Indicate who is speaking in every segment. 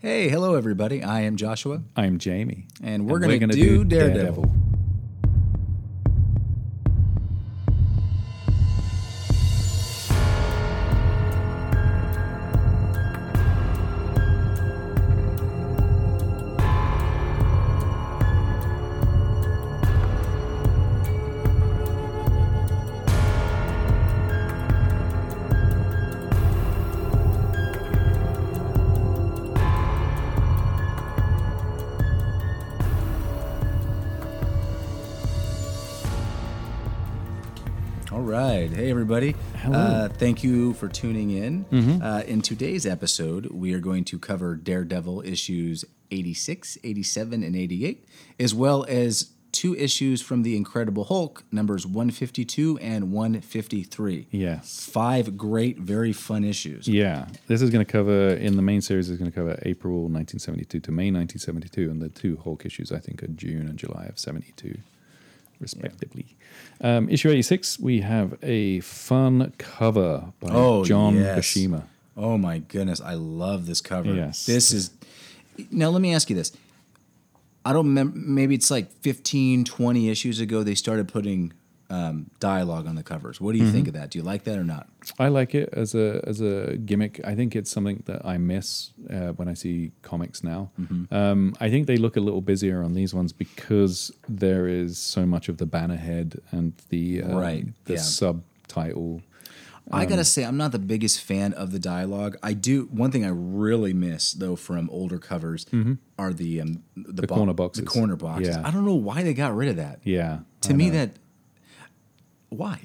Speaker 1: Hey, hello everybody. I am Joshua,
Speaker 2: I'm Jamie.
Speaker 1: and we're going to do, Daredevil. All right. Hey everybody.
Speaker 2: Hello.
Speaker 1: Uh, thank you for tuning in. Uh, in today's episode, we are going to cover Daredevil issues 86, 87, and 88, as well as two issues from The Incredible Hulk, numbers 152 and 153.
Speaker 2: Yes.
Speaker 1: Five great, very fun issues.
Speaker 2: Yeah. This is going to cover, in the main series, is going to cover April 1972 to May 1972. And the two Hulk issues, I think, are June and July of 72, respectively. Um, issue 86, we have a fun cover by
Speaker 1: Oh,
Speaker 2: John
Speaker 1: yes.
Speaker 2: Kashima.
Speaker 1: Oh my goodness, I love this cover.
Speaker 2: Yes.
Speaker 1: This is Now let me ask you this. I don't remember maybe it's like 15, 20 issues ago they started putting um, dialogue on the covers. What do you
Speaker 2: Mm-hmm.
Speaker 1: think of that? Do you like that or not?
Speaker 2: I like it as a as a gimmick. I think it's something that I miss uh, when I see comics now.
Speaker 1: Mm-hmm.
Speaker 2: Um, I think they look a little busier on these ones because there is so much of the banner head and the um,
Speaker 1: Right,
Speaker 2: the
Speaker 1: yeah.
Speaker 2: subtitle. Um,
Speaker 1: I got to say I'm not the biggest fan of the dialogue. I do one thing I really miss though from older covers are the um, the, bo-
Speaker 2: Mm-hmm. corner boxes.
Speaker 1: The corner boxes.
Speaker 2: Yeah.
Speaker 1: I don't know why they got rid of that.
Speaker 2: Yeah,
Speaker 1: To
Speaker 2: I
Speaker 1: me
Speaker 2: know.
Speaker 1: that why?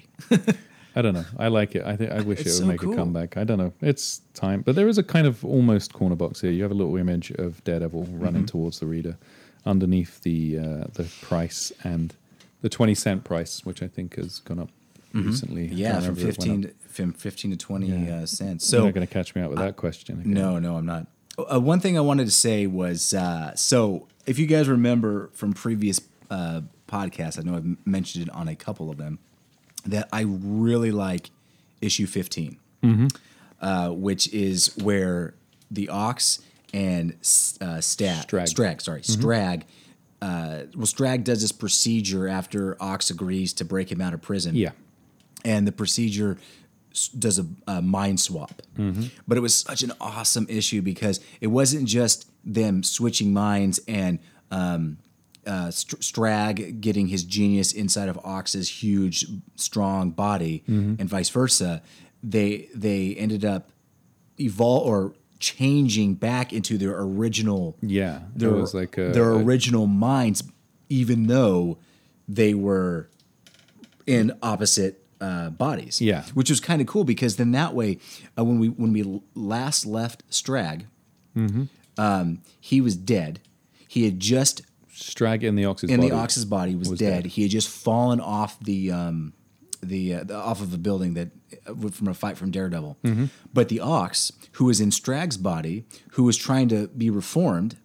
Speaker 2: I don't know. I like it. I think I wish it would
Speaker 1: It's so
Speaker 2: make
Speaker 1: cool.
Speaker 2: a comeback. I don't know. It's time, but there is a kind of almost corner box here. You have a little image of Daredevil
Speaker 1: Mm-hmm.
Speaker 2: running towards the reader, underneath the uh, the price and the twenty cent price, which I think has gone up recently. I
Speaker 1: Mm-hmm. Yeah,
Speaker 2: can't
Speaker 1: from
Speaker 2: remember if it went
Speaker 1: 15
Speaker 2: up.
Speaker 1: to, from 15 to 20 uh, cents.
Speaker 2: You're
Speaker 1: So
Speaker 2: not going to catch me out with that question. again.
Speaker 1: No, no, I'm not. Uh, one thing I wanted to say was uh, so if you guys remember from previous uh, podcasts, I know I've m- mentioned it on a couple of them, that I really like issue 15,
Speaker 2: Mm-hmm.
Speaker 1: uh, which is where the Ox and S- uh, Stat,
Speaker 2: Strag. Mm-hmm.
Speaker 1: Strag, sorry, Strag. Uh, well, Strag does this procedure after Ox agrees to break him out of prison
Speaker 2: Yeah.
Speaker 1: and the procedure s- does a, a mind swap. But it was such an awesome issue because it wasn't just them switching minds and um, uh, Str- Strag getting his genius inside of Ox's huge, strong body, and vice versa. They they ended up evolve or changing back into their original
Speaker 2: Yeah.
Speaker 1: their,
Speaker 2: There was like a,
Speaker 1: their
Speaker 2: a-
Speaker 1: original minds, even though they were in opposite uh, bodies.
Speaker 2: Yeah.
Speaker 1: which was kind of cool because then that way, uh, when we when we l- last left Strag,
Speaker 2: Mm-hmm.
Speaker 1: um, he was dead. He had just
Speaker 2: strag in the ox's
Speaker 1: in
Speaker 2: body.
Speaker 1: the ox's body was, dead. He had just fallen off the um, the, uh, the off of a building that uh, from a fight from Daredevil.
Speaker 2: Mm-hmm.
Speaker 1: But the ox, who was in Strag's body, who was trying to be reformed,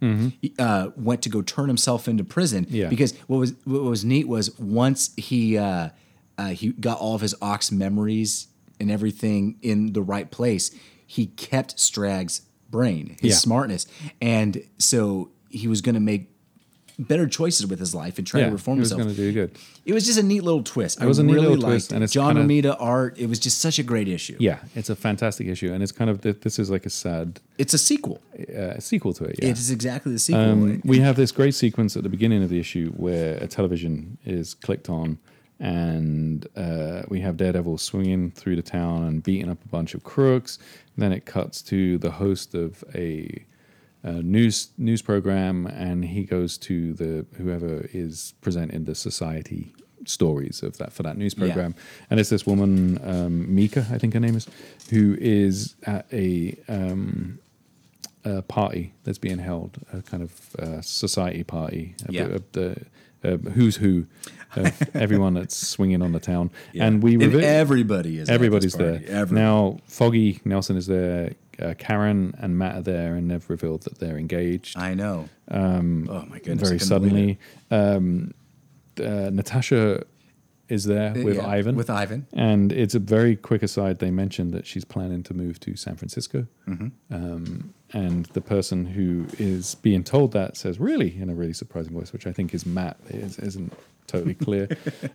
Speaker 1: uh, went to go turn himself into prison.
Speaker 2: Mm-hmm. Yeah.
Speaker 1: Because what was what was neat was once he uh, uh, he got all of his ox memories and everything in the right place, he kept Strag's brain, his
Speaker 2: Yeah.
Speaker 1: smartness, and so he was going to make better choices with his life and try
Speaker 2: yeah,
Speaker 1: to reform
Speaker 2: he was
Speaker 1: himself.
Speaker 2: going to do good.
Speaker 1: It was just a neat little twist. I
Speaker 2: was a neat
Speaker 1: really
Speaker 2: little
Speaker 1: liked
Speaker 2: twist,
Speaker 1: it.
Speaker 2: and it's
Speaker 1: John
Speaker 2: kinda-
Speaker 1: Romita art. It was just such a great issue.
Speaker 2: Yeah, it's a fantastic issue, and it's kind of th- this is like a sad
Speaker 1: It's a sequel.
Speaker 2: uh, sequel to it. Yeah.
Speaker 1: It is exactly the sequel.
Speaker 2: Um, we have this great sequence at the beginning of the issue where a television is clicked on, and uh, we have Daredevil swinging through the town and beating up a bunch of crooks. then it cuts to the host of a, uh news news program, and he goes to the whoever is presenting the society stories of that for that news program and it's this woman um, mika i think her name is who is at a a party that's being held, a kind of uh, society party, a
Speaker 1: Yeah.
Speaker 2: bit of the uh, who's who of everyone that's swinging on the town. And we
Speaker 1: and
Speaker 2: revi-
Speaker 1: everybody is. at this
Speaker 2: everybody's there.
Speaker 1: party. Everybody.
Speaker 2: Now, Foggy Nelson is there, uh, Karen and Matt are there, and they've revealed that they're engaged
Speaker 1: I know. Um, oh my Ah, goodness! I
Speaker 2: very
Speaker 1: couldn't believe it.
Speaker 2: suddenly. Um, uh, Natasha is there with
Speaker 1: Yeah,
Speaker 2: Ivan.
Speaker 1: With Ivan.
Speaker 2: and it's a very quick aside. They mentioned that she's planning to move to San Francisco. Um, and the person who is being told that says, really, in a really surprising voice, which I think is Matt. It is, isn't totally clear.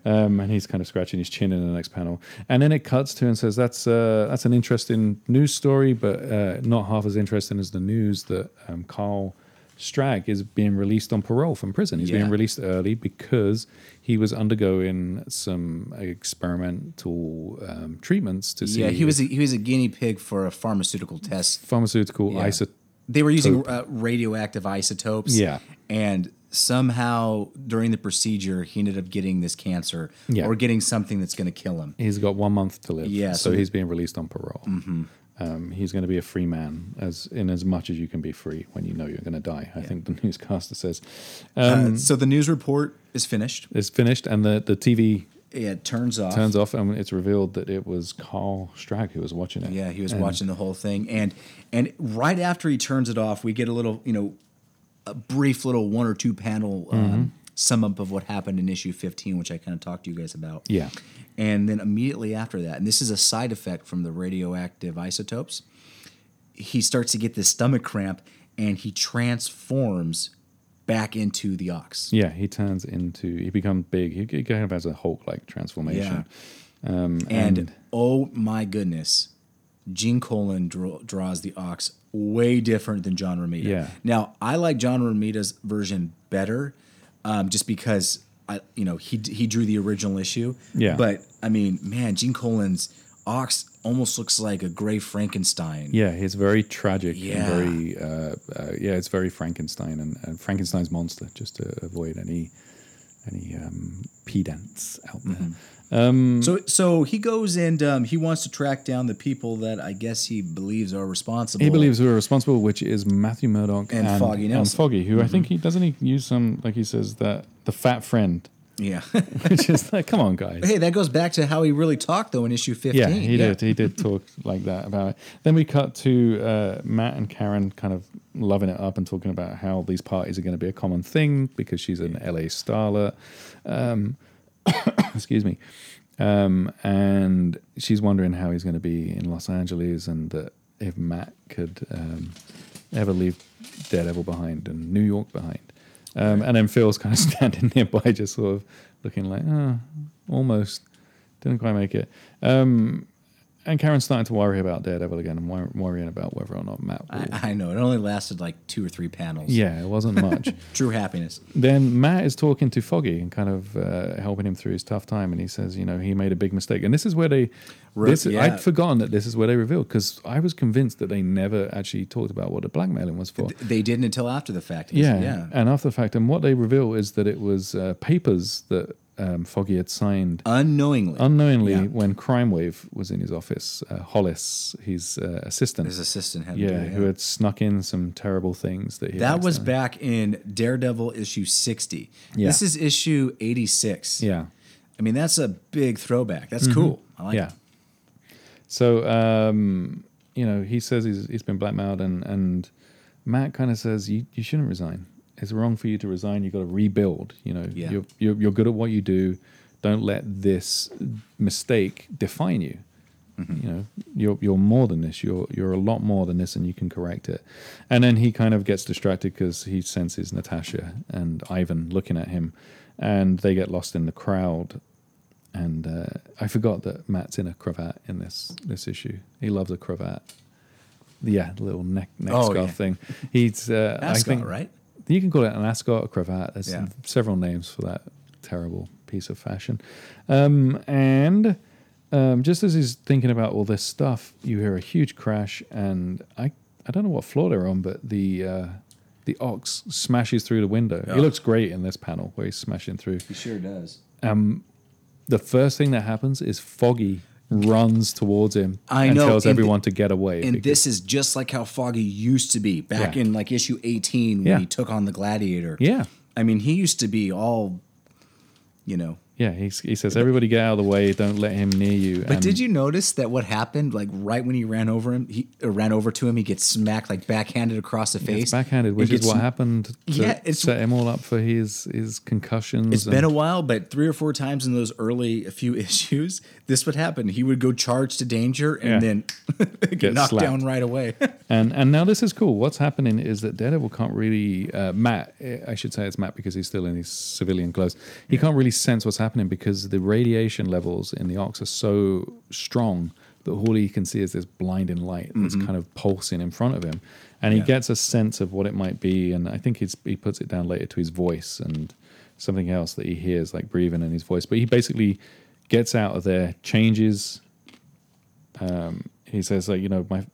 Speaker 2: um, and he's kind of scratching his chin in the next panel. And then it cuts to and says, that's, uh, that's an interesting news story, but uh, not half as interesting as the news that um, Carl Strag is being released on parole from prison. He's
Speaker 1: Yeah.
Speaker 2: being released early because he was undergoing some experimental um, treatments to see
Speaker 1: Yeah, he was a, he was a guinea pig for a pharmaceutical test.
Speaker 2: pharmaceutical
Speaker 1: Yeah.
Speaker 2: iso-
Speaker 1: They were using uh, radioactive isotopes.
Speaker 2: Yeah.
Speaker 1: and somehow during the procedure, he ended up getting this cancer
Speaker 2: Yeah.
Speaker 1: or getting something that's going to kill him.
Speaker 2: He's got one month to live.
Speaker 1: Yeah,
Speaker 2: so,
Speaker 1: so- Mm-hmm.
Speaker 2: he's being released on parole. Um, he's going to be a free man, as in as much as you can be free when you know you're going to die. I think the newscaster says
Speaker 1: uh,
Speaker 2: Um,
Speaker 1: so the news report is finished.
Speaker 2: it's finished, and the the TV
Speaker 1: It turns off.
Speaker 2: turns off, and it's revealed that it was Carl Strag who was watching it.
Speaker 1: Yeah, he was watching the whole thing, and and right after he turns it off, we get a little, you know, a brief little one or two panel
Speaker 2: Mm-hmm.
Speaker 1: um, sum up of what happened in issue fifteen, which I kind of talked to you guys about.
Speaker 2: Yeah.
Speaker 1: and then immediately after that, and this is a side effect from the radioactive isotopes, he starts to get this stomach cramp, and he transforms back into the ox.
Speaker 2: Yeah, he turns into he becomes big. He, he kind of has a Hulk like transformation.
Speaker 1: And, oh my goodness, Gene Colan draw, draws the ox way different than John Romita.
Speaker 2: Yeah.
Speaker 1: Now I like John Romita's version better, um, just because I, you know, he he drew the original issue.
Speaker 2: Yeah.
Speaker 1: But I mean, man, Gene Colan's ox almost looks like a gray Frankenstein.
Speaker 2: Yeah, he's very tragic.
Speaker 1: Yeah.
Speaker 2: And very uh, uh, yeah, it's very Frankenstein and, and Frankenstein's monster. Just to avoid any any um, pedants out there.
Speaker 1: Mm-hmm.
Speaker 2: Mm-hmm.
Speaker 1: So so he goes and um, he wants to track down the people that I guess he believes are responsible.
Speaker 2: He believes we're responsible, which is Matthew Murdoch
Speaker 1: And Foggy Nelson. Mm-hmm.
Speaker 2: Foggy, who I think he doesn't he use some like he says that the fat friend,
Speaker 1: Yeah.
Speaker 2: which is like, come on, guys.
Speaker 1: hey, that goes back to how he really talked though in issue fifteen.
Speaker 2: Yeah, he did. He did talk like that about it. Then we cut to uh, Matt and Karen kind of loving it up and talking about how these parties are going to be a common thing because she's an LA starlet. Um, excuse me. Um, and she's wondering how he's going to be in Los Angeles and that if Matt could um, ever leave Daredevil behind and New York behind. Um, and then Phil's kind of standing nearby, just sort of looking like, oh, almost. Didn't quite make it. Um, And Karen's starting to worry about Daredevil again and wor- worrying about whether or not Matt will.
Speaker 1: I, I know. It only lasted like two or three panels.
Speaker 2: yeah, it wasn't much.
Speaker 1: True happiness.
Speaker 2: then Matt is talking to Foggy and kind of uh, helping him through his tough time. And he says, you know, he made a big mistake. And this is where they.
Speaker 1: Right,
Speaker 2: this,
Speaker 1: yeah.
Speaker 2: I'd forgotten that this is where they revealed because I was convinced that they never actually talked about what the blackmailing was for.
Speaker 1: They didn't until after the fact.
Speaker 2: yeah,
Speaker 1: Yeah.
Speaker 2: And after the fact, and what they reveal is that it was uh, papers that um, Foggy had signed
Speaker 1: Unknowingly.
Speaker 2: unknowingly
Speaker 1: Yeah.
Speaker 2: when Crime Wave was in his office. Uh, Hollis, his uh, assistant,
Speaker 1: his assistant had to
Speaker 2: yeah,
Speaker 1: do it,
Speaker 2: who had snuck in some terrible things that he had
Speaker 1: that was
Speaker 2: accidentally-
Speaker 1: back in Daredevil issue 60.
Speaker 2: Yeah.
Speaker 1: This is issue 86.
Speaker 2: yeah Mm-hmm.
Speaker 1: I mean, that's a big throwback. That's cool. I like
Speaker 2: yeah
Speaker 1: it.
Speaker 2: so um you know he says he's he's been blackmailed and and matt kind of says you you shouldn't resign it's wrong for you to resign you've got to rebuild you know
Speaker 1: Yeah.
Speaker 2: you're, you're you're good at what you do don't let this mistake define you
Speaker 1: Mm-hmm.
Speaker 2: you know you're you're more than this you're you're a lot more than this and you can correct it and then he kind of gets distracted because he senses natasha and ivan looking at him and they get lost in the crowd and uh, i forgot that matt's in a cravat in this this issue he loves a cravat yeah the little neck neck
Speaker 1: Oh,
Speaker 2: scarf
Speaker 1: yeah.
Speaker 2: thing he's uh,
Speaker 1: Ascot,
Speaker 2: I think,
Speaker 1: right?
Speaker 2: you can call it an ascot, a cravat. There's
Speaker 1: Yeah.
Speaker 2: several names for that terrible piece of fashion. Um, and um, just as he's thinking about all this stuff, you hear a huge crash, and I I don't know what floor they're on, but the uh, the ox smashes through the window. He
Speaker 1: Yeah.
Speaker 2: looks great in this panel where he's smashing through.
Speaker 1: He sure does.
Speaker 2: The first thing that happens is Foggy runs towards him
Speaker 1: I
Speaker 2: and
Speaker 1: know,
Speaker 2: tells
Speaker 1: and the-
Speaker 2: everyone to get away.
Speaker 1: And
Speaker 2: because-
Speaker 1: this is just like how Foggy used to be back
Speaker 2: Yeah.
Speaker 1: in like issue 18 when
Speaker 2: Yeah.
Speaker 1: he took on the gladiator.
Speaker 2: yeah,
Speaker 1: I mean, he used to be all, you know,
Speaker 2: Yeah, he, he says, everybody get out of the way. Don't let him near you.
Speaker 1: But did you notice that what happened? Like right when he ran over him, he uh, ran over to him. He gets smacked, like backhanded across the face.
Speaker 2: It's backhanded, which
Speaker 1: He
Speaker 2: is
Speaker 1: gets-
Speaker 2: what happened to
Speaker 1: Yeah, it's-
Speaker 2: set him all up for his his concussions.
Speaker 1: It's been a while, but three or four times in those early few issues, this would happen. He would go charge to danger and
Speaker 2: Yeah.
Speaker 1: then get,
Speaker 2: Get
Speaker 1: knocked
Speaker 2: slapped.
Speaker 1: down right away.
Speaker 2: And and now this is cool. What's happening is that Daredevil can't really uh, Matt. eh, I should say it's Matt because he's still in his civilian clothes. He can't really sense what's happening because the radiation levels in the Ox are so strong that all he can see is this blinding light that's kind of pulsing in front of him, and he
Speaker 1: Yeah.
Speaker 2: gets a sense of what it might be. And I think he's, he puts it down later to his voice and something else that he hears, like breathing in his voice. But he basically gets out of there, changes he says like you know my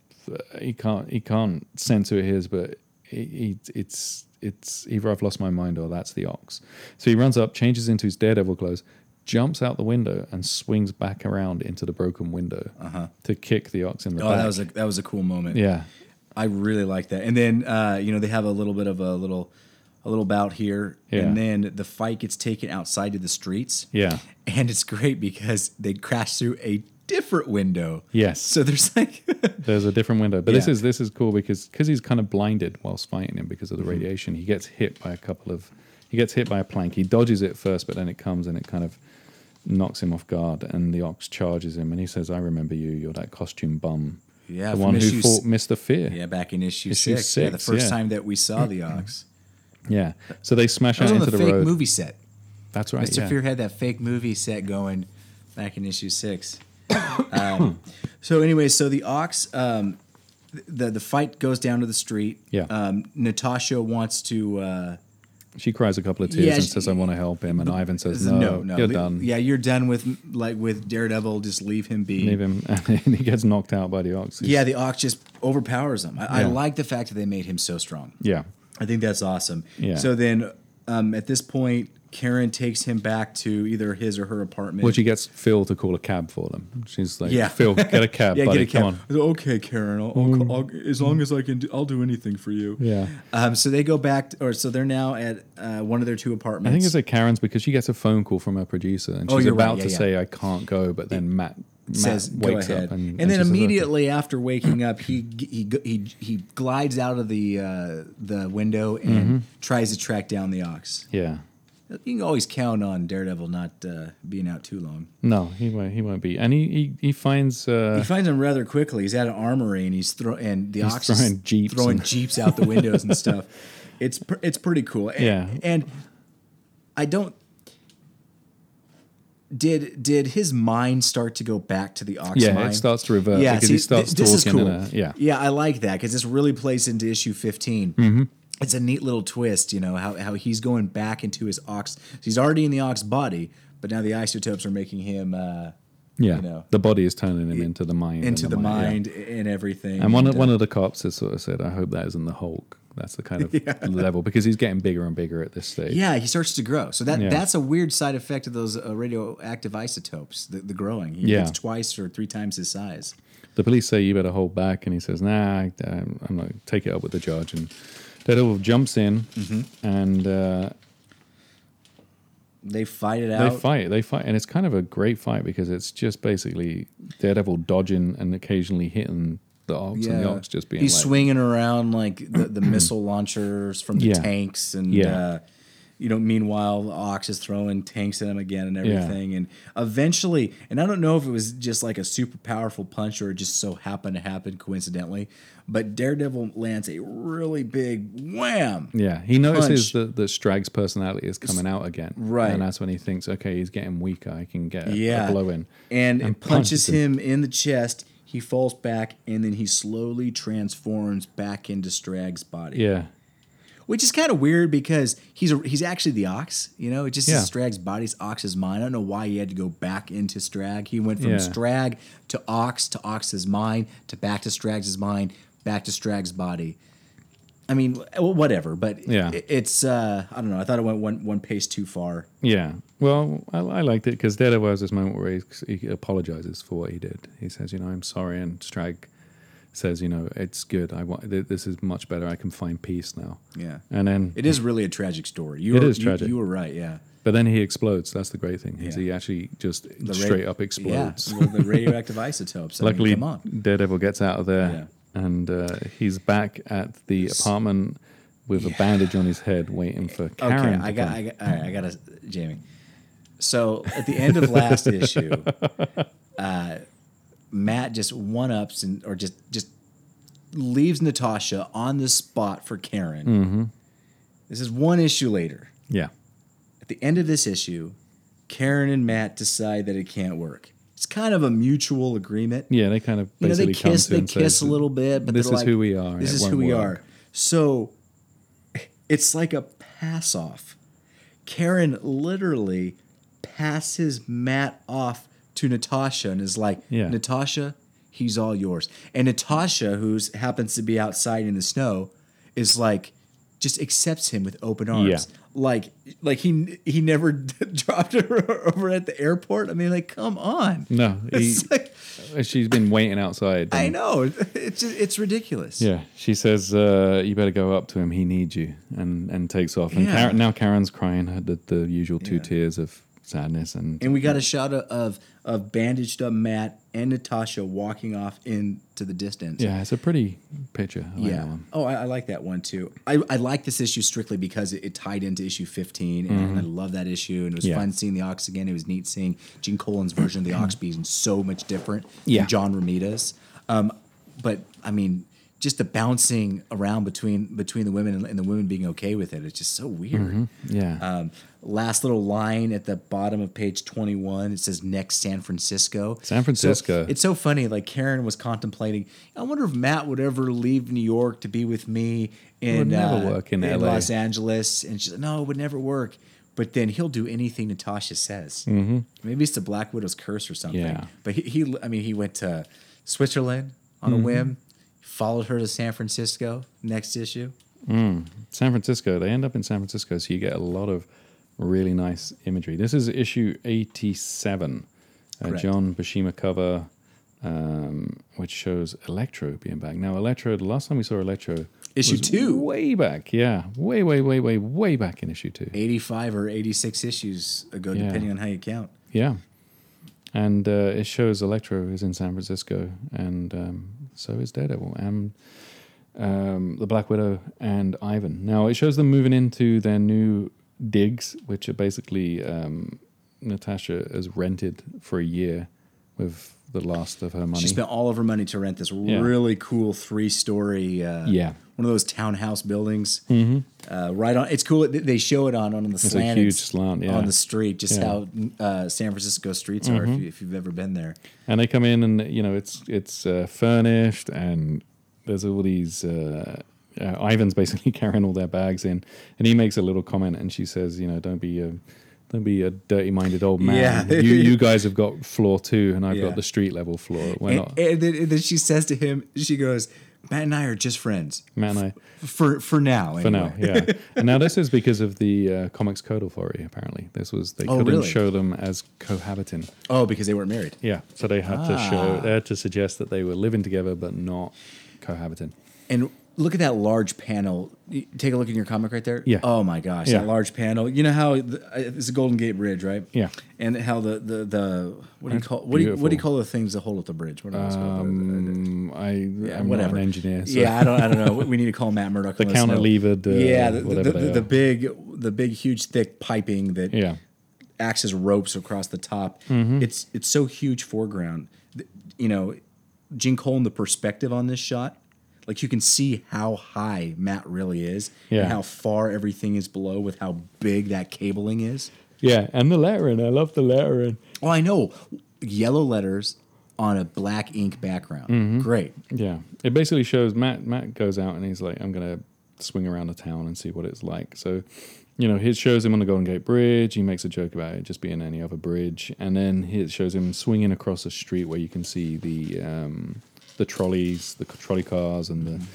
Speaker 2: he can't he can't sense who it is but he, he it's it's either i've lost my mind or that's the ox so he runs up changes into his daredevil clothes jumps out the window and swings back around into the broken window to kick the ox in the
Speaker 1: Uh-huh. oh,
Speaker 2: back
Speaker 1: that was a that was a cool moment.
Speaker 2: yeah
Speaker 1: I really like that. And then uh, you know they have a little bit of a little a little bout here,
Speaker 2: Yeah.
Speaker 1: and then the fight gets taken outside to the streets.
Speaker 2: Yeah.
Speaker 1: and it's great because they crash through a different window.
Speaker 2: Yes.
Speaker 1: so there's like
Speaker 2: there's a different window but this
Speaker 1: Yeah.
Speaker 2: is this is cool because because he's kind of blinded whilst fighting him because of the
Speaker 1: Mm-hmm.
Speaker 2: radiation he gets hit by a couple of he gets hit by a plank he dodges it first but then it comes and it kind of knocks him off guard and the ox charges him and he says i remember you you're that costume bum
Speaker 1: Yeah,
Speaker 2: the
Speaker 1: from
Speaker 2: one who
Speaker 1: issue s-
Speaker 2: fought mr fear
Speaker 1: yeah, back in issue,
Speaker 2: Issue
Speaker 1: six, yeah, the
Speaker 2: six,
Speaker 1: first
Speaker 2: yeah.
Speaker 1: time that we saw the ox.
Speaker 2: Yeah. so they smash
Speaker 1: I
Speaker 2: out
Speaker 1: was on
Speaker 2: into
Speaker 1: the,
Speaker 2: the,
Speaker 1: fake
Speaker 2: road
Speaker 1: movie set.
Speaker 2: that's right
Speaker 1: Mr.
Speaker 2: yeah.
Speaker 1: Fear had that fake movie set going back in issue six. um, so anyway, so the ox, um, th- the the fight goes down to the street.
Speaker 2: Yeah.
Speaker 1: Um, Natasha wants to. Uh,
Speaker 2: she cries a couple of tears
Speaker 1: Yeah,
Speaker 2: and
Speaker 1: she-
Speaker 2: says i want to help him and ivan says no,
Speaker 1: no, no,
Speaker 2: you're
Speaker 1: Le-
Speaker 2: done
Speaker 1: Yeah, you're done with like with Daredevil. Just leave him be.
Speaker 2: leave him and he gets knocked out by the ox He's-
Speaker 1: Yeah, the ox just overpowers him. I, I
Speaker 2: Yeah.
Speaker 1: like the fact that they made him so strong.
Speaker 2: yeah
Speaker 1: I think that's awesome.
Speaker 2: Yeah.
Speaker 1: So then, um, at this point, Karen takes him back to either his or her apartment.
Speaker 2: Well, she gets Phil to call a cab for them. She's like,
Speaker 1: Yeah.
Speaker 2: Phil, get a cab,
Speaker 1: yeah,
Speaker 2: buddy.
Speaker 1: get a cab.
Speaker 2: Come on. Mm-hmm.
Speaker 1: I said, Okay, Karen. I'll, I'll, call- I'll, as long as I can, do, I'll do anything for you.
Speaker 2: Yeah.
Speaker 1: Um, so they go back, to, or so they're now at uh, one of their two apartments.
Speaker 2: I think it's a Karen's because she gets a phone call from her producer and
Speaker 1: Oh,
Speaker 2: she's
Speaker 1: you're right.
Speaker 2: about
Speaker 1: Yeah,
Speaker 2: to
Speaker 1: yeah.
Speaker 2: say, I can't go. But then Matt, Matt
Speaker 1: says go
Speaker 2: wakes
Speaker 1: ahead
Speaker 2: up. And,
Speaker 1: and,
Speaker 2: and
Speaker 1: then
Speaker 2: she says,
Speaker 1: immediately after waking up he g- he g- he he glides out of the uh, the window and
Speaker 2: Mm-hmm.
Speaker 1: tries to track down the ox
Speaker 2: "Okay." Yeah.
Speaker 1: you can always count on daredevil not uh, being out too long
Speaker 2: No, he won't, he won't be. And he, he, he finds.
Speaker 1: he
Speaker 2: Uh,
Speaker 1: finds him rather quickly he's at an armory and he's throw and the ox is
Speaker 2: throwing jeeps
Speaker 1: throwing
Speaker 2: and-
Speaker 1: jeeps out the windows and stuff it's pr- it's pretty cool and,
Speaker 2: Yeah.
Speaker 1: and i don't did did his mind start to go back to the ox
Speaker 2: yeah,
Speaker 1: mind?
Speaker 2: it starts to revert because he
Speaker 1: see,
Speaker 2: starts
Speaker 1: thi- this
Speaker 2: talking.
Speaker 1: Is cool.
Speaker 2: in a, yeah.
Speaker 1: yeah, I like that because this really plays into issue 15
Speaker 2: Mm-hmm.
Speaker 1: It's a neat little twist, you know, how how he's going back into his ox. He's already in the ox body, but now the isotopes are making him uh,
Speaker 2: Yeah.
Speaker 1: you know.
Speaker 2: The body is turning him into the mind. and
Speaker 1: into the,
Speaker 2: mi- yeah.
Speaker 1: mind and everything.
Speaker 2: And one of,
Speaker 1: uh,
Speaker 2: one of the cops has sort of said, I hope that isn't the Hulk. That's the kind of level because he's getting bigger and bigger at this stage.
Speaker 1: yeah, he starts to grow. So that
Speaker 2: Yeah.
Speaker 1: that's a weird side effect of those uh, radioactive isotopes, the, the growing. He
Speaker 2: Yeah.
Speaker 1: gets twice or three times his size.
Speaker 2: the police say you better hold back, and he says, "Nah, I- I'm, I'm not take it up with the judge." And Daredevil jumps in,
Speaker 1: Mm-hmm.
Speaker 2: and uh,
Speaker 1: They fight it
Speaker 2: they
Speaker 1: out.
Speaker 2: fight. They fight, and it's kind of a great fight because it's just basically Daredevil dodging and occasionally hitting the ox, and the ox just being
Speaker 1: he's
Speaker 2: like,
Speaker 1: swinging around like the, the missile launchers from the
Speaker 2: Yeah.
Speaker 1: tanks and
Speaker 2: Yeah.
Speaker 1: uh, you know meanwhile the ox is throwing tanks at him again and everything and eventually and i don't know if it was just like a super powerful punch or it just so happened to happen coincidentally but daredevil lands a really big wham
Speaker 2: Yeah, he
Speaker 1: punch.
Speaker 2: notices that that Strag's personality is coming out again,
Speaker 1: Right.
Speaker 2: And that's when he thinks, "Okay, he's getting weaker. I can get
Speaker 1: yeah
Speaker 2: a blow in."
Speaker 1: and, it punches
Speaker 2: punches him.
Speaker 1: him in the chest he falls back and then he slowly transforms back into Strag's body.
Speaker 2: Yeah,
Speaker 1: which is kind of weird because he's a, he's actually the ox. You know, it just
Speaker 2: Yeah.
Speaker 1: is Strag's body's ox's mind. I don't know why he had to go back into Strag. He went from
Speaker 2: Yeah.
Speaker 1: Strag to ox to ox's mind to back to Strag's mind back to Strag's body. I mean, wh- whatever. But
Speaker 2: Yeah.
Speaker 1: i- it's uh, I don't know. I thought it went one one pace too far.
Speaker 2: Yeah. Well, I, I liked it because Daredevil has this moment where he, he apologizes for what he did. He says, you know, I'm sorry. And Strag says, you know, it's good. I want, th- this is much better. I can find peace now.
Speaker 1: Yeah,
Speaker 2: And then,
Speaker 1: it is really a tragic story. You
Speaker 2: It
Speaker 1: were-
Speaker 2: is
Speaker 1: you-
Speaker 2: tragic.
Speaker 1: You, were right. Yeah,
Speaker 2: But then he explodes. That's the great thing. Is
Speaker 1: Yeah.
Speaker 2: he actually just
Speaker 1: The ra-
Speaker 2: straight up
Speaker 1: Yeah,
Speaker 2: explodes?
Speaker 1: well, the radioactive isotopes. I mean,
Speaker 2: Luckily,
Speaker 1: come on.
Speaker 2: Daredevil gets out of there, and uh, he's back at the apartment with a bandage on his head, waiting for Karen.
Speaker 1: Okay, I
Speaker 2: to
Speaker 1: got,
Speaker 2: come.
Speaker 1: I got, all right, I got to, Jamie. So at the end of last issue, uh, Matt just one ups and or just just leaves Natasha on the spot for Karen.
Speaker 2: Mm-hmm.
Speaker 1: This is one issue later.
Speaker 2: Yeah,
Speaker 1: At the end of this issue, Karen and Matt decide that it can't work. It's kind of a mutual agreement.
Speaker 2: yeah. They kind of
Speaker 1: You know,
Speaker 2: basically
Speaker 1: they kiss,
Speaker 2: come to
Speaker 1: they
Speaker 2: and say,
Speaker 1: kiss a little bit, but
Speaker 2: this
Speaker 1: they're
Speaker 2: is
Speaker 1: like,
Speaker 2: who we are, and
Speaker 1: This
Speaker 2: it
Speaker 1: is who
Speaker 2: won't
Speaker 1: we
Speaker 2: work.
Speaker 1: are. So it's like a pass off. Karen literally passes Matt off to Natasha and is like,
Speaker 2: Yeah.
Speaker 1: Natasha, he's all yours. And Natasha, who happens to be outside in the snow, is like, just accepts him with open arms.
Speaker 2: Yeah.
Speaker 1: Like, like he he never dropped her over at the airport. I mean, like, come on.
Speaker 2: No, he,
Speaker 1: It's like,
Speaker 2: she's been waiting outside.
Speaker 1: I
Speaker 2: and-
Speaker 1: know. It's just, it's ridiculous.
Speaker 2: Yeah, she says, uh, "You better go up to him. He needs you," and and takes off. And
Speaker 1: Yeah.
Speaker 2: Karen, now Karen's crying uh, the, the usual two
Speaker 1: Yeah.
Speaker 2: tears of sadness and
Speaker 1: And we got a shot of- of of bandaged up Matt and Natasha walking off into the distance.
Speaker 2: yeah, it's a pretty picture. I like that
Speaker 1: Yeah.
Speaker 2: one.
Speaker 1: Oh, I, I like that one too. I, I like this issue strictly because it, it tied into issue 15, and I love that issue. And it was
Speaker 2: Mm-hmm. Yeah.
Speaker 1: fun seeing the Ox again. It was neat seeing Gene Colan's version of the Ox being so much different
Speaker 2: Yeah.
Speaker 1: than John Romita's. Um, but I mean, just the bouncing around between between the women and, and the women being okay with it, it's just so weird.
Speaker 2: Mm-hmm. Yeah,
Speaker 1: Um, last little line at the bottom of page 21, it says next San Francisco.
Speaker 2: San Francisco.
Speaker 1: So it's so funny. Like Karen was contemplating, I wonder if Matt would ever leave New York to be with me in,
Speaker 2: would never
Speaker 1: uh,
Speaker 2: work in LA.
Speaker 1: Los Angeles. And she's like, no, it would never work. But then he'll do anything Natasha says. Mm-hmm. Maybe it's the Black Widow's curse or something.
Speaker 2: Yeah.
Speaker 1: But he, he, I mean, he went to Switzerland on
Speaker 2: Mm-hmm.
Speaker 1: a whim, followed her to San Francisco. Next issue.
Speaker 2: San Francisco. They end up in San Francisco, so you get a lot of really nice imagery. This is issue 87, a
Speaker 1: Correct.
Speaker 2: John Bashima cover, um, which shows Electro being back. Now, Electro, the last time we saw Electro.
Speaker 1: Issue
Speaker 2: was
Speaker 1: two.
Speaker 2: Way back, yeah. Way, way, way, way, way back in issue two.
Speaker 1: 85 or 86 issues ago,
Speaker 2: Yeah.
Speaker 1: depending on how you count.
Speaker 2: Yeah. And uh, it shows Electro is in San Francisco, and um, so is Daredevil and um, the Black Widow and Ivan. Now it shows them moving into their new digs, which are basically um, Natasha has rented for a year with the last of her money.
Speaker 1: She spent all of her money to rent this really cool three story, uh,
Speaker 2: Yeah.
Speaker 1: one of those townhouse buildings. Mm-hmm. Uh, right on, it's cool. They- They show it on on the
Speaker 2: a
Speaker 1: slant,
Speaker 2: huge
Speaker 1: it's
Speaker 2: slant, yeah.
Speaker 1: on the street, just
Speaker 2: Yeah. Mm-hmm.
Speaker 1: how uh, San Francisco streets are. If, you, if you've ever been there,
Speaker 2: and they come in and you know it's it's uh, furnished and there's all these uh, uh, Ivan's basically carrying all their bags in and he makes a little comment and she says you know don't be a don't be a dirty minded old man
Speaker 1: Yeah.
Speaker 2: you you guys have got floor two and I've
Speaker 1: Yeah.
Speaker 2: got the street level floor we're
Speaker 1: and,
Speaker 2: not
Speaker 1: and then, and then she says to him, she goes, "Matt and I are just friends
Speaker 2: man I
Speaker 1: for for now.
Speaker 2: for now yeah and now this is because of the uh, Comics Code Authority apparently this was they
Speaker 1: Oh,
Speaker 2: couldn't
Speaker 1: really?
Speaker 2: show them as cohabiting
Speaker 1: Oh, because they weren't married.
Speaker 2: yeah so they had to
Speaker 1: Ah.
Speaker 2: show they had to suggest that they were living together but not cohabiting
Speaker 1: And look at that large panel. Y- Take a look in your comic right there.
Speaker 2: Yeah.
Speaker 1: Oh my gosh,
Speaker 2: Yeah.
Speaker 1: that large panel. You know how the, uh, it's the Golden Gate Bridge, right?
Speaker 2: Yeah.
Speaker 1: And how the the, the what do you call what do you, what do you
Speaker 2: beautiful.
Speaker 1: call the things that hold up the bridge? What are those called?
Speaker 2: Um, I I'm
Speaker 1: Uh, whatever.
Speaker 2: not an engineer. So.
Speaker 1: Yeah, I don't I don't know. We- We need to call Matt Murdock.
Speaker 2: The
Speaker 1: and let us know.
Speaker 2: counter-levered, uh,
Speaker 1: yeah, the, the,
Speaker 2: whatever
Speaker 1: the,
Speaker 2: they
Speaker 1: the
Speaker 2: are.
Speaker 1: big the big huge thick piping that
Speaker 2: Yeah.
Speaker 1: acts as ropes across the top. It's it's so huge foreground. Th- You know, Gene Colan, the perspective on this shot, like you can see how high Matt really is
Speaker 2: Yeah.
Speaker 1: and how far everything is below with how big that cabling is.
Speaker 2: Yeah, and the lettering. I love the lettering.
Speaker 1: Oh, I know. Yellow letters on a black ink background. Great.
Speaker 2: Yeah, it basically shows Matt. Matt goes out and he's like, "I'm gonna swing around the town and see what it's like." So, you know, it shows him on the Golden Gate Bridge. He makes a joke about it just being any other bridge, and then it shows him swinging across a street where you can see the um, the trolleys, the c- trolley cars, and the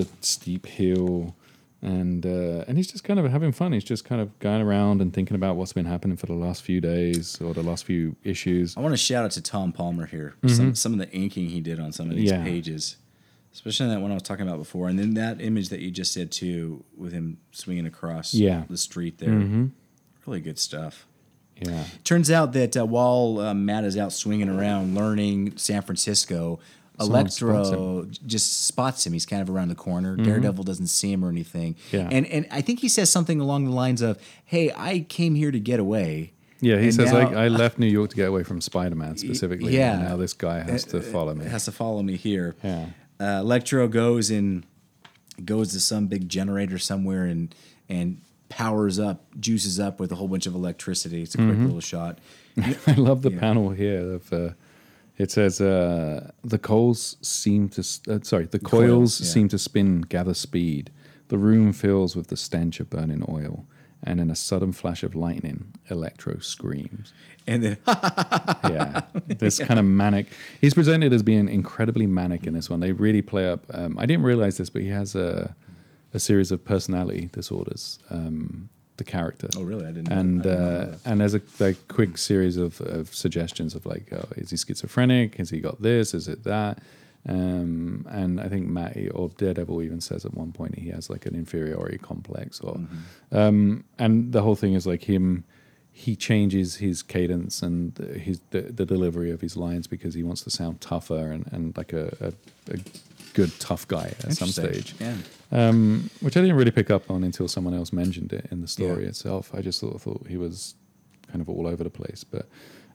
Speaker 2: the steep hill. And uh, and he's just kind of having fun. He's just kind of going around and thinking about what's been happening for the last few days or the last few issues.
Speaker 1: I want to shout out to Tom Palmer here. Some some of the inking he did on some of these
Speaker 2: Mm-hmm. Yeah.
Speaker 1: pages, especially that one I was talking about before, and then that image that you just said too, with him swinging across
Speaker 2: Yeah. Mm-hmm.
Speaker 1: the street there. Really good stuff.
Speaker 2: Yeah.
Speaker 1: Turns out that uh, while uh, Matt is out swinging around learning San Francisco,
Speaker 2: Someone spots Mm-hmm.
Speaker 1: Electro just spots him. He's kind of around the corner. Daredevil doesn't see him or anything.
Speaker 2: Yeah.
Speaker 1: And and I think he says something along the lines of, "Hey, I came here to get away."
Speaker 2: Yeah, he
Speaker 1: And
Speaker 2: says,
Speaker 1: now-
Speaker 2: I, I left New York to get away from Spider Man specifically.
Speaker 1: yeah. Uh,
Speaker 2: And now this guy has to follow me.
Speaker 1: Has to follow me here.
Speaker 2: Yeah.
Speaker 1: Uh, Electro goes and goes to some big generator somewhere and and powers up, juices up with a whole bunch of electricity. It's a
Speaker 2: Mm-hmm.
Speaker 1: quick little shot.
Speaker 2: I love the panel here. Of, uh, it says, uh, the coils seem to, s- uh, sorry, the coils,
Speaker 1: coils, yeah.
Speaker 2: seem to spin, gather speed. The room fills with the stench of burning oil. And in a sudden flash of lightning, Electro screams.
Speaker 1: And then oh,
Speaker 2: yeah this kind of manic he's presented as being incredibly manic in this one they really play up um, i didn't realize this but he has a, a series of personality disorders um, the character
Speaker 1: Oh, really? I didn't know-
Speaker 2: and
Speaker 1: I didn't know
Speaker 2: uh, and there's a like, quick series of, of suggestions of like oh, is he schizophrenic has he got this is it that um, and I think Matty or Daredevil even says at one point he has like an inferiority complex or um, and the whole thing is like him he changes his cadence and the- his the, the delivery of his lines because he wants to sound tougher and, and like a, a, a good tough guy at some
Speaker 1: Interesting.
Speaker 2: stage
Speaker 1: Yeah.
Speaker 2: which i didn't really pick up on until someone else mentioned it in the story
Speaker 1: Yeah.
Speaker 2: itself i just thought, thought he was kind of all over the place but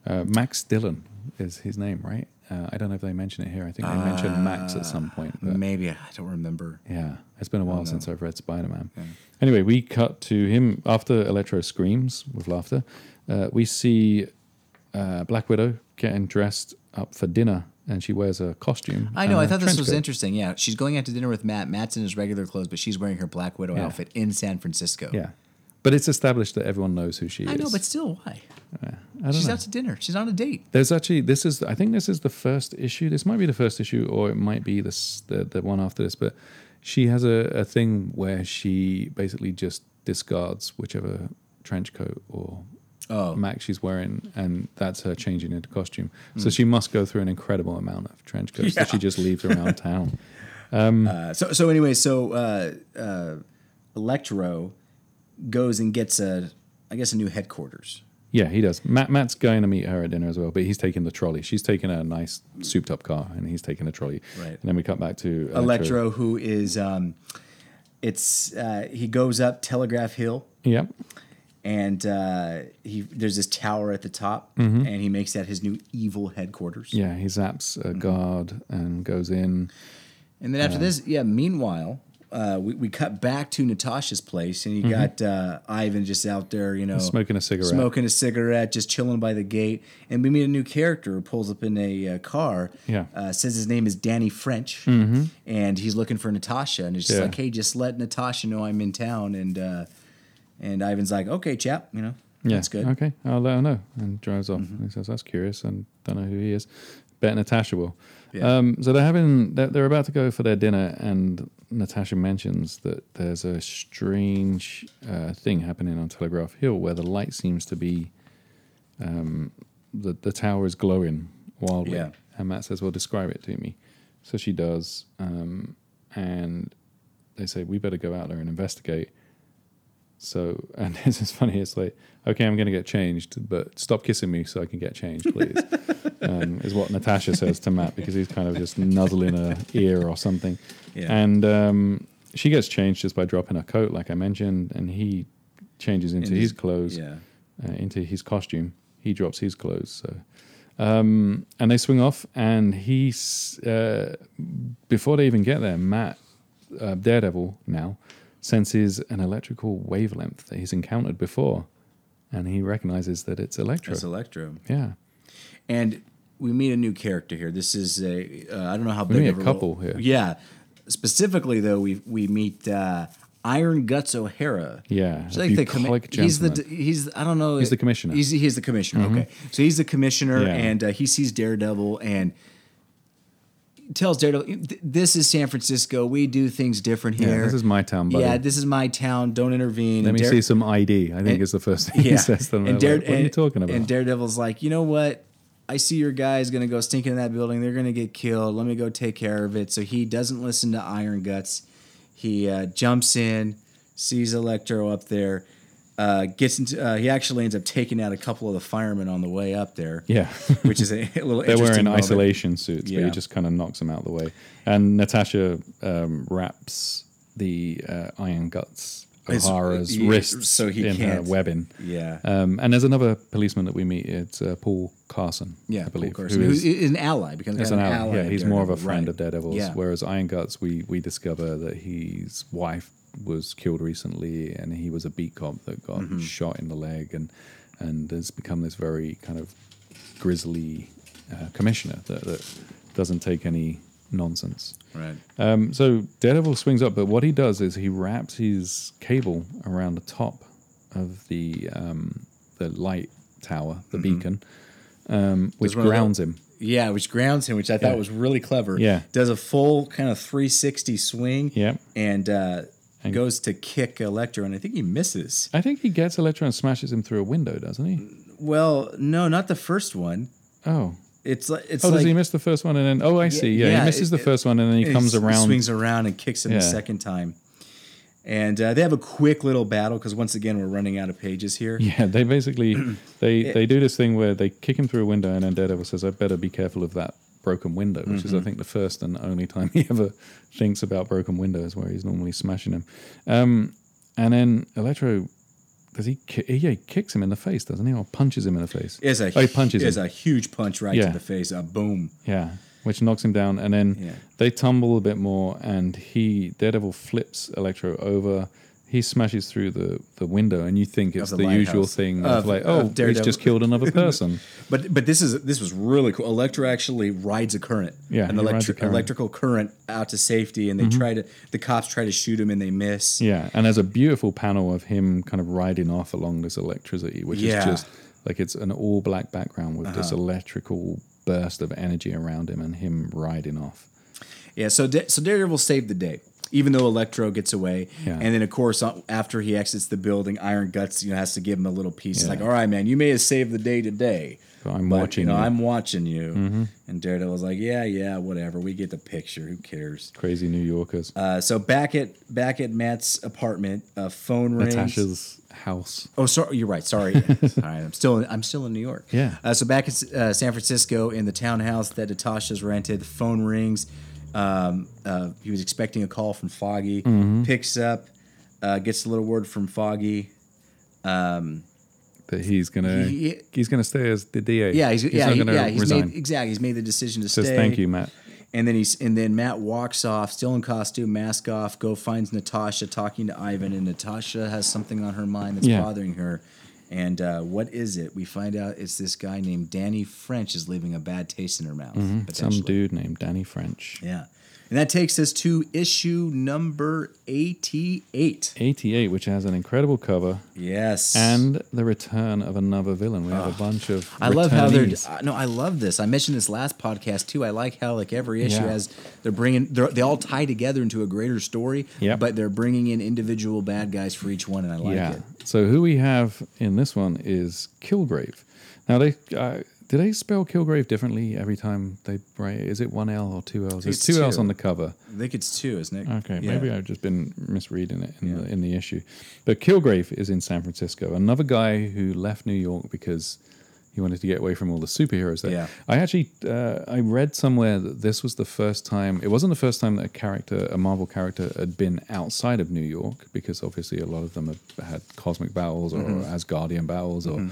Speaker 2: uh, max dillon is his name right uh, i don't know if they mention it here i think they mentioned max at
Speaker 1: Ah,
Speaker 2: some point but-
Speaker 1: Maybe I don't remember.
Speaker 2: yeah, it's been a
Speaker 1: Oh,
Speaker 2: while since I've read Spider Man. Anyway, we cut to him after Electro screams with laughter. Uh, we see uh, Black Widow getting dressed up for dinner, and she wears a costume.
Speaker 1: I know.
Speaker 2: and
Speaker 1: I
Speaker 2: a
Speaker 1: thought this
Speaker 2: trench
Speaker 1: was
Speaker 2: coat.
Speaker 1: interesting. Yeah, she's going out to dinner with Matt. Matt's in his regular clothes, but she's wearing her Black Widow
Speaker 2: Yeah.
Speaker 1: outfit in San Francisco.
Speaker 2: Yeah, but it's established that everyone knows who she is.
Speaker 1: I know, but still, why?
Speaker 2: I don't
Speaker 1: She's
Speaker 2: know.
Speaker 1: out to dinner. She's on a date.
Speaker 2: There's actually this is I think this is the first issue. This might be the first issue, or it might be this the the one after this. But she has a, a thing where she basically just discards whichever trench coat or
Speaker 1: Oh.
Speaker 2: max she's wearing, and that's her changing into costume.
Speaker 1: Hmm.
Speaker 2: So she must go through an incredible amount of trench coats that she just leaves around town.
Speaker 1: Uh, so so anyway, so uh, uh, Electro goes and gets a, I guess, a new headquarters.
Speaker 2: Yeah, he does. Matt Matt's going to meet her at dinner as well, but he's taking the trolley. She's taking a nice souped up car, and he's taking a trolley.
Speaker 1: Right.
Speaker 2: And then we cut back to
Speaker 1: Electro, who is, um, it's uh, he goes up Telegraph Hill.
Speaker 2: Yep.
Speaker 1: and uh, he there's this tower at the top, and he makes that his new evil headquarters.
Speaker 2: Mm-hmm. Yeah, he zaps a guard and goes in.
Speaker 1: And then after this, yeah. Meanwhile, uh, we we cut back to Natasha's place, and you got uh, Ivan just out there, you know,
Speaker 2: Mm-hmm. Smoking a cigarette.
Speaker 1: smoking a cigarette, just chilling by the gate. And we meet a new character who pulls up in a uh, car.
Speaker 2: Yeah. Mm-hmm.
Speaker 1: uh, says his name is Danny French, and he's looking for Natasha, and it's just
Speaker 2: Yeah.
Speaker 1: like, hey, just let Natasha know I'm in town, and uh, and Ivan's like, okay, chap, you know,
Speaker 2: Yeah,
Speaker 1: that's good. Mm-hmm.
Speaker 2: Okay, I'll let her know. And drives off. And he says, "That's curious, and don't know who he is." Bet Natasha will.
Speaker 1: Yeah.
Speaker 2: Um, so they're having they're, they're about to go for their dinner, and Natasha mentions that there's a strange uh, thing happening on Telegraph Hill where the light seems to be um, the the tower is glowing wildly.
Speaker 1: Yeah.
Speaker 2: And Matt says, "Well, describe it to me." So she does, um, and they say, "We better go out there and investigate." So, and it's just funny. It's like, okay, I'm going to get changed, but stop kissing me so I can get changed, please. um, is what Natasha says to Matt because he's kind of just nuzzling her ear or something.
Speaker 1: Yeah.
Speaker 2: And um, she gets changed just by dropping her coat, like I mentioned, and he changes into
Speaker 1: And
Speaker 2: his
Speaker 1: he's-
Speaker 2: clothes,
Speaker 1: Yeah.
Speaker 2: uh, into his costume. He drops his clothes. So, um, and they swing off, and he's uh, before they even get there, Matt uh, Daredevil now senses an electrical wavelength that he's encountered before, and he recognizes that it's Electro.
Speaker 1: It's Electro.
Speaker 2: yeah,
Speaker 1: And we meet a new character here. This is a uh, I don't know how
Speaker 2: meet
Speaker 1: big of
Speaker 2: a
Speaker 1: a
Speaker 2: couple
Speaker 1: role-
Speaker 2: here.
Speaker 1: Yeah, specifically though, we we meet uh, Iron Guts O'Hara.
Speaker 2: Yeah,
Speaker 1: so
Speaker 2: a
Speaker 1: like the commi-
Speaker 2: bucolic
Speaker 1: he's the
Speaker 2: gentleman.
Speaker 1: he's I don't know
Speaker 2: He's the commissioner. Mm-hmm.
Speaker 1: He's he's the commissioner. Okay, so he's the commissioner,
Speaker 2: Yeah.
Speaker 1: and uh, he sees Daredevil and tells Daredevil, "Th- "This is San Francisco. We do things different
Speaker 2: yeah.
Speaker 1: here.
Speaker 2: This is my town, buddy.
Speaker 1: yeah, this is my town. Don't intervene."
Speaker 2: Let
Speaker 1: And
Speaker 2: me
Speaker 1: Dare-
Speaker 2: see some ID. I think is the first thing he says. To them. And
Speaker 1: Dare-
Speaker 2: like, what are you
Speaker 1: and-
Speaker 2: talking about?
Speaker 1: And Daredevil's like, you know what? I see your guy's gonna go stinking in that building. They're gonna get killed. Let me go take care of it. So he doesn't listen to Iron Guts. He uh, jumps in, sees Electro up there, uh, gets into. Uh, he actually ends up taking out a couple of the firemen on the way up there.
Speaker 2: Yeah.
Speaker 1: which is a, little.
Speaker 2: They're
Speaker 1: interesting
Speaker 2: wearing
Speaker 1: moment.
Speaker 2: isolation suits, but
Speaker 1: Yeah.
Speaker 2: he just kind of knocks them out of the way. And Natasha um, wraps the uh, iron guts
Speaker 1: It's-
Speaker 2: O'Hara's
Speaker 1: yeah,
Speaker 2: wrists
Speaker 1: so he
Speaker 2: in her
Speaker 1: can't-
Speaker 2: webbing.
Speaker 1: Yeah,
Speaker 2: Um, and there's another policeman that we meet. It's uh, Paul Carson.
Speaker 1: yeah.
Speaker 2: I believe.
Speaker 1: Paul Carson,
Speaker 2: who
Speaker 1: who
Speaker 2: is-
Speaker 1: is an ally becomes
Speaker 2: As
Speaker 1: kind
Speaker 2: an
Speaker 1: of
Speaker 2: ally, yeah,
Speaker 1: of
Speaker 2: he's more of a
Speaker 1: Daredevil,
Speaker 2: friend
Speaker 1: right.
Speaker 2: of Daredevil's.
Speaker 1: Yeah.
Speaker 2: Whereas Iron Guts, we we discover that his wife was killed recently, and he was a beat cop that got
Speaker 1: Mm-hmm.
Speaker 2: shot in the leg, and and has become this very kind of grisly uh, commissioner that, that doesn't take any nonsense.
Speaker 1: Right.
Speaker 2: Um, so Daredevil swings up, but what he does is he wraps his cable around the top of the um, the light tower, the beacon, um, which
Speaker 1: Mm-hmm. one of the-
Speaker 2: grounds him.
Speaker 1: Yeah, which grounds him, which I thought
Speaker 2: Yeah.
Speaker 1: was really clever.
Speaker 2: Yeah.
Speaker 1: Does a full kind of 360 swing.
Speaker 2: Yep.
Speaker 1: And, uh,
Speaker 2: And-
Speaker 1: goes to kick Electro, and I think he misses.
Speaker 2: I think he gets Electro and smashes him through a window, doesn't he?
Speaker 1: Mm. Well, no, not the first one.
Speaker 2: Oh.
Speaker 1: It's like it's
Speaker 2: Oh,
Speaker 1: like
Speaker 2: does he miss the first one and then? Oh, I see. Yeah,
Speaker 1: yeah,
Speaker 2: he misses
Speaker 1: it-
Speaker 2: the first one and then he
Speaker 1: and
Speaker 2: comes
Speaker 1: s-
Speaker 2: around.
Speaker 1: swings around, and kicks him the
Speaker 2: Yeah.
Speaker 1: second time. And uh, they have a quick little battle because once again we're running out of pages here.
Speaker 2: Yeah, they basically they they do this thing where they kick him through a window and then Daredevil says, "I better be careful of that broken window," which is I
Speaker 1: Mm-hmm.
Speaker 2: think the first and only time he ever thinks about broken windows, where he's normally smashing them. Um, and then Electro. Does he? Ki- yeah, he kicks him in the face, doesn't he? Or punches him in the face.
Speaker 1: Is a
Speaker 2: oh, he punches him.
Speaker 1: is a huge punch right
Speaker 2: Yeah.
Speaker 1: to the face. A boom.
Speaker 2: Yeah, which knocks him down, and then
Speaker 1: Yeah.
Speaker 2: they tumble a bit more, and he Daredevil flips Electro over. He smashes through the, the window, and you think it's
Speaker 1: the
Speaker 2: the, usual
Speaker 1: lighthouse.
Speaker 2: thing
Speaker 1: Of-
Speaker 2: of like,
Speaker 1: of
Speaker 2: oh, he's
Speaker 1: Daredevil.
Speaker 2: just killed another person.
Speaker 1: But but this is this was really cool. Electro actually rides a current,
Speaker 2: Yeah,
Speaker 1: an
Speaker 2: he rides a
Speaker 1: electric
Speaker 2: current. Mm-hmm.
Speaker 1: electrical current out to safety, and they try to the cops try to shoot him and they miss.
Speaker 2: yeah, and there's a beautiful panel of him kind of riding off along this electricity, which
Speaker 1: Yeah. Uh-huh.
Speaker 2: is just like it's an all black background with this electrical burst of energy around him, and him riding off.
Speaker 1: Yeah, so Da- so Daredevil saved the day, even though Electro gets away,
Speaker 2: Yeah.
Speaker 1: and then of course on- after he exits the building, Iron Guts you know has to give him a little piece. It's
Speaker 2: Yeah.
Speaker 1: Like, all right, man, you may have saved the day today,
Speaker 2: But I'm watching
Speaker 1: you. Know,
Speaker 2: you." Mm-hmm.
Speaker 1: I'm watching you. And Daredevil's like, yeah, yeah, whatever. We get the picture. Who cares?
Speaker 2: Crazy New Yorkers,
Speaker 1: Uh, so back at back at Matt's apartment, a phone rings.
Speaker 2: Natasha's house.
Speaker 1: Oh, sorry, you're right. Sorry. All right, I'm still I'm still in New York.
Speaker 2: Yeah.
Speaker 1: Uh, so back in uh, San Francisco, in the townhouse that Natasha's rented, the phone rings. Um, uh, he was expecting a call from Foggy.
Speaker 2: Mm-hmm.
Speaker 1: Picks up, uh, gets a little word from Foggy.
Speaker 2: that he's gonna
Speaker 1: He-
Speaker 2: he's gonna stay as the DA.
Speaker 1: Yeah, he's, yeah,
Speaker 2: not
Speaker 1: he-
Speaker 2: gonna
Speaker 1: yeah. He's
Speaker 2: resign.
Speaker 1: made exactly. He's made the decision to
Speaker 2: Says
Speaker 1: stay.
Speaker 2: thank you, Matt.
Speaker 1: And then he's and then Matt walks off, still in costume, mask off. Go finds Natasha talking to Ivan, and Natasha has something on her mind that's
Speaker 2: Yeah.
Speaker 1: bothering her. And uh, what is it? We find out it's this guy named Danny French is leaving a bad taste in her mouth.
Speaker 2: Mm-hmm. Some
Speaker 1: potentially.
Speaker 2: dude named Danny French.
Speaker 1: Yeah, and that takes us to issue number eighty-eight.
Speaker 2: 88, which has an incredible cover,
Speaker 1: Yes,
Speaker 2: and the return of another villain. We have a bunch of.
Speaker 1: I love how they're
Speaker 2: returnees.
Speaker 1: uh, no. I love this. I mentioned this last podcast too. I like how like every issue
Speaker 2: Yeah.
Speaker 1: has they're bringing they're, they all tie together into a greater story.
Speaker 2: Yep.
Speaker 1: but they're bringing in individual bad guys for each one, and I like
Speaker 2: yeah.
Speaker 1: it.
Speaker 2: So who we have in this one is Kilgrave. Now they uh, do they spell Kilgrave differently every time they write? Is it one L or two L's? There's
Speaker 1: it's
Speaker 2: two, L's
Speaker 1: two.
Speaker 2: on the cover.
Speaker 1: I think it's two, isn't it?
Speaker 2: Okay,
Speaker 1: Yeah.
Speaker 2: maybe I've just been misreading it in, the, in the issue. But Kilgrave is in San Francisco, another guy who left New York because he wanted to get away from all the superheroes there.
Speaker 1: Yeah.
Speaker 2: I actually uh, I read somewhere that this was the first time. It wasn't the first time that a character, a Marvel character, had been outside of New York because obviously a lot of them have had cosmic battles or
Speaker 1: Mm-hmm.
Speaker 2: Asgardian battles or.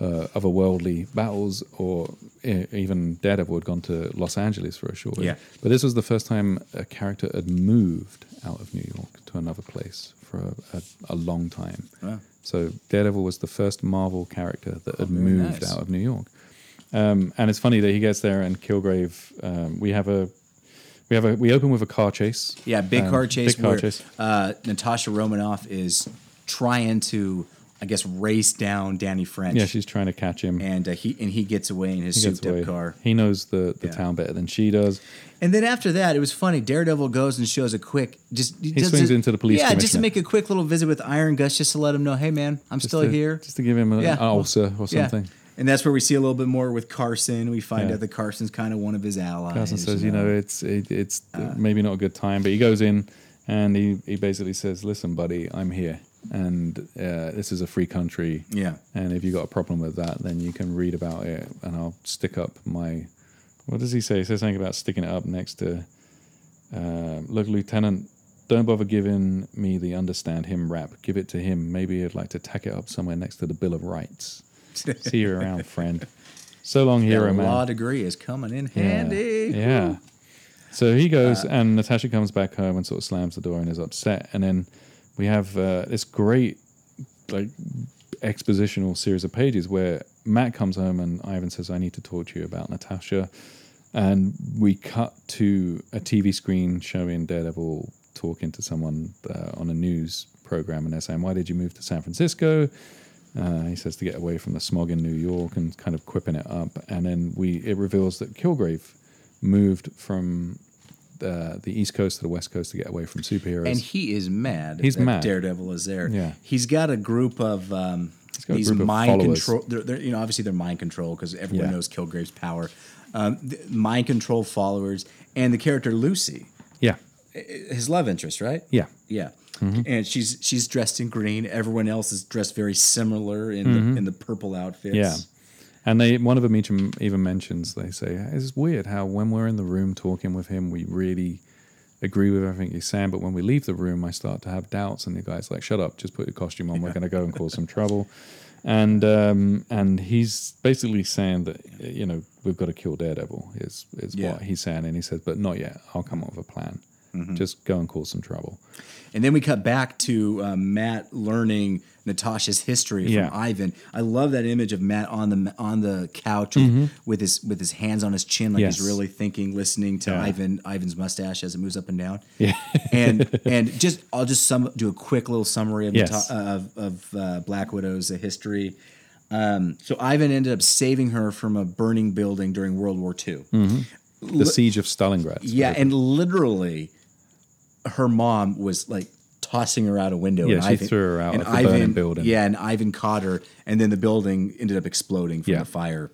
Speaker 2: Uh, otherworldly battles, or e- even Daredevil had gone to Los Angeles for a short
Speaker 1: Yeah.
Speaker 2: but this was the first time a character had moved out of New York to another place for a, a, a long time.
Speaker 1: Wow.
Speaker 2: So Daredevil was the first Marvel character that had
Speaker 1: very
Speaker 2: moved
Speaker 1: nice.
Speaker 2: out of New York. Um, and it's funny that he gets there and Kilgrave. Um, we have a we have a we open with a car chase.
Speaker 1: Yeah, big
Speaker 2: Um,
Speaker 1: car chase
Speaker 2: Big car
Speaker 1: where
Speaker 2: chase.
Speaker 1: Uh, Natasha Romanoff is trying to, I guess, race down Danny French.
Speaker 2: Yeah, she's trying to catch him.
Speaker 1: and uh, he and he gets away in his
Speaker 2: He gets
Speaker 1: souped up
Speaker 2: away.
Speaker 1: car.
Speaker 2: He knows the, the
Speaker 1: Yeah.
Speaker 2: town better than she does.
Speaker 1: And then after that, it was funny. Daredevil goes and shows a quick just he does
Speaker 2: swings
Speaker 1: it-
Speaker 2: into the police
Speaker 1: Yeah, just to
Speaker 2: commissioner.
Speaker 1: make a quick little visit with Iron Gus, just to let him know, hey man, I'm
Speaker 2: Just
Speaker 1: still
Speaker 2: to-
Speaker 1: here.
Speaker 2: Just to give him a,
Speaker 1: Yeah.
Speaker 2: an ulcer or
Speaker 1: Yeah.
Speaker 2: something.
Speaker 1: And that's where we see a little bit more with Carson. We find
Speaker 2: Yeah.
Speaker 1: out that Carson's kind of one of his allies.
Speaker 2: Carson says, you know, it's it,
Speaker 1: Uh.
Speaker 2: it's maybe not a good time, but he goes in and he, he basically says, listen, buddy, I'm here. and uh, this is a free country.
Speaker 1: Yeah.
Speaker 2: And if you got a problem with that, then you can read about it, and I'll stick up my. What does he say? He says something about sticking it up next to. Uh, Look, Lieutenant, don't bother giving me the understand him rap. Give it to him. Maybe he'd like to tack it up somewhere next to the Bill of Rights. See you around, friend. So long,
Speaker 1: That
Speaker 2: hero man.
Speaker 1: law degree is coming in
Speaker 2: Yeah.
Speaker 1: handy.
Speaker 2: Yeah. So he goes, and Natasha comes back home and sort of slams the door and is upset. And then we have uh, this great, like, expositional series of pages where Matt comes home and Ivan says, "I need to talk to you about Natasha." And we cut to a TV screen showing Daredevil talking to someone uh, on a news program, and they're saying, "Why did you move to San Francisco?" Uh, he says to get away from the smog in New York and kind of quipping it up. And then we it reveals that Kilgrave moved from uh, the East Coast to the West Coast to get away from superheroes.
Speaker 1: And he is mad.
Speaker 2: He's
Speaker 1: that
Speaker 2: mad.
Speaker 1: Daredevil is there.
Speaker 2: Yeah.
Speaker 1: He's got a group of um,
Speaker 2: got a
Speaker 1: these
Speaker 2: group of
Speaker 1: mind
Speaker 2: followers.
Speaker 1: control. They're, they're, you know, obviously they're mind control because everyone
Speaker 2: Yeah.
Speaker 1: knows Kilgrave's power. Um, th- mind control followers and the character Lucy,
Speaker 2: yeah,
Speaker 1: i- his love interest, right?
Speaker 2: yeah, Mm-hmm.
Speaker 1: Yeah. And she's she's dressed in green. Everyone else is dressed very similar in the, in the purple outfits.
Speaker 2: Mm-hmm. yeah. And they one of them each even mentions they say it's weird how when we're in the room talking with him we really agree with everything he's saying, but when we leave the room I start to have doubts. And the guy's like, "Shut up, just put your costume on. We're going to go and cause some trouble." And um, and he's basically saying that you know we've got to kill Daredevil is is
Speaker 1: Yeah.
Speaker 2: what he's saying, and he says, "But not yet. I'll come up with a plan.
Speaker 1: Mm-hmm.
Speaker 2: Just go and cause some trouble."
Speaker 1: And then we cut back to uh, Matt learning Natasha's history from
Speaker 2: Yeah.
Speaker 1: Ivan. I love that image of Matt on the on the couch with, with his with his hands on his chin, like
Speaker 2: Mm-hmm. Yes.
Speaker 1: he's really thinking, listening to
Speaker 2: Yeah.
Speaker 1: Ivan Ivan's mustache as it moves up and down. Yeah, and and just I'll just sum do a quick little summary of
Speaker 2: Yes.
Speaker 1: Nata- of, of uh, Black Widow's uh, history. Um, so Ivan ended up saving her from a burning building during World War II.
Speaker 2: The siege of Stalingrad. is
Speaker 1: Yeah,
Speaker 2: what
Speaker 1: and literally, her mom was like tossing her out a window.
Speaker 2: Yeah,
Speaker 1: and
Speaker 2: she threw her out
Speaker 1: and
Speaker 2: of the burning building.
Speaker 1: Yeah, and Ivan caught her, and then the building ended up exploding from
Speaker 2: Yeah.
Speaker 1: the fire.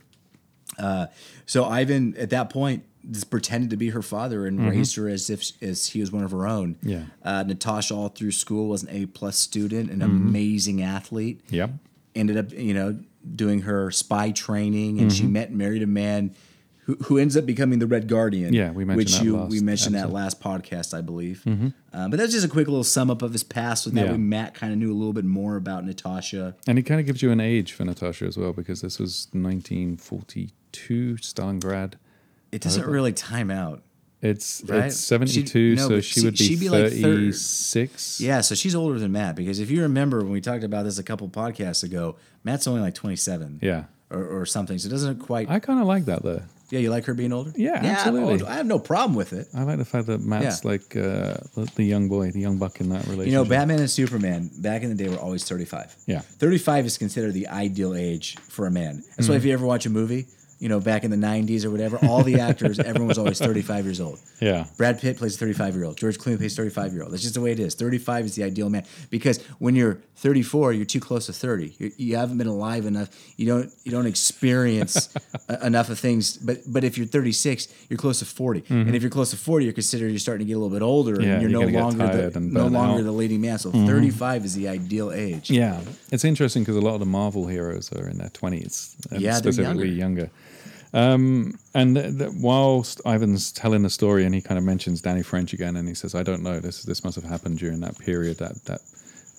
Speaker 1: Uh, so Ivan, at that point, just pretended to be her father and raised her as if as he was one of her own.
Speaker 2: Mm-hmm. Yeah.
Speaker 1: uh, Natasha all through school was an A plus student, an
Speaker 2: Mm-hmm.
Speaker 1: amazing athlete
Speaker 2: it- Yep.
Speaker 1: ended up, you know, doing her spy training, and
Speaker 2: Mm-hmm.
Speaker 1: she met and married a man who, who ends up becoming the Red Guardian.
Speaker 2: Yeah, we mentioned
Speaker 1: which
Speaker 2: that
Speaker 1: you
Speaker 2: last
Speaker 1: we mentioned that
Speaker 2: episode. Mm-hmm.
Speaker 1: last podcast, I believe. Uh, but that's just a quick little sum up of his past. So that
Speaker 2: Yeah.
Speaker 1: way, Matt kind of knew a little bit more about Natasha.
Speaker 2: And it kind of gives you an age for Natasha as well, because this was 1942 Stalingrad.
Speaker 1: It doesn't really time out.
Speaker 2: It's
Speaker 1: Right?
Speaker 2: it's 72,
Speaker 1: She- no,
Speaker 2: so
Speaker 1: but
Speaker 2: she,
Speaker 1: she-
Speaker 2: would be,
Speaker 1: she'd be like 30.
Speaker 2: 36.
Speaker 1: Yeah, so she's older than Matt because if you remember when we talked about this a couple podcasts ago, Matt's only like twenty seven.
Speaker 2: yeah.
Speaker 1: Or, or something, so it doesn't quite.
Speaker 2: I kind of like that though.
Speaker 1: yeah, you like her being older.
Speaker 2: Yeah,
Speaker 1: yeah, I'm
Speaker 2: absolutely.
Speaker 1: old. I have no problem with it.
Speaker 2: I like the fact that Matt's
Speaker 1: Yeah.
Speaker 2: like uh, the- the young boy, the young buck in that relationship.
Speaker 1: You know, Batman and Superman back in the day were always 35.
Speaker 2: Yeah.
Speaker 1: 35 is considered the ideal age for a man. That's
Speaker 2: Mm-hmm.
Speaker 1: why if you ever watch a movie, you know, back in the 90s or whatever, all the actors, everyone was always 35 years old.
Speaker 2: Yeah.
Speaker 1: Brad Pitt plays a 35 year old. George Clooney plays a 35 year old. That's just the way it is. 35 is the ideal man because when you're 34, you're too close to 30. You're, you haven't been alive enough. You don't you don't experience e- enough of things. But but if you're 36, you're close to 40. And if you're close to 40, you're considered you're starting to get a little bit older
Speaker 2: Mm-hmm. Yeah,
Speaker 1: and you're,
Speaker 2: you're gonna
Speaker 1: no
Speaker 2: get
Speaker 1: longer
Speaker 2: tired
Speaker 1: the,
Speaker 2: and
Speaker 1: no
Speaker 2: burn
Speaker 1: longer
Speaker 2: out. Mm-hmm.
Speaker 1: the leading man. So 35 is the ideal age.
Speaker 2: Yeah, it's interesting because a lot of the Marvel heroes are in their twenties,
Speaker 1: Yeah, they're
Speaker 2: specifically younger. Um, and th- th- whilst Ivan's telling the story, and he kind of mentions Danny French again, and he says, "I don't know. This this must have happened during that period that that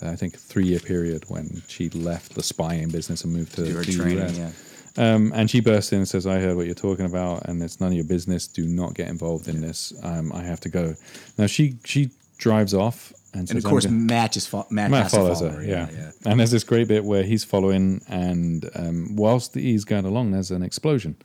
Speaker 2: uh, I think three year period when she left the spying business and moved to
Speaker 1: Your
Speaker 2: the
Speaker 1: training,
Speaker 2: US."
Speaker 1: yeah.
Speaker 2: Um, and she bursts in and says, I heard what you're talking about, and it's none of your business. Do not get involved in this. Um, I have to go. Now, she she drives off and,
Speaker 1: And
Speaker 2: says,
Speaker 1: of
Speaker 2: "I'm
Speaker 1: course,
Speaker 2: gonna-
Speaker 1: Matt just fo- Matt,
Speaker 2: Matt
Speaker 1: has to
Speaker 2: follows
Speaker 1: follow
Speaker 2: her,
Speaker 1: her.
Speaker 2: yeah. And there's this great bit where he's following, and um, whilst he's going along, there's an explosion.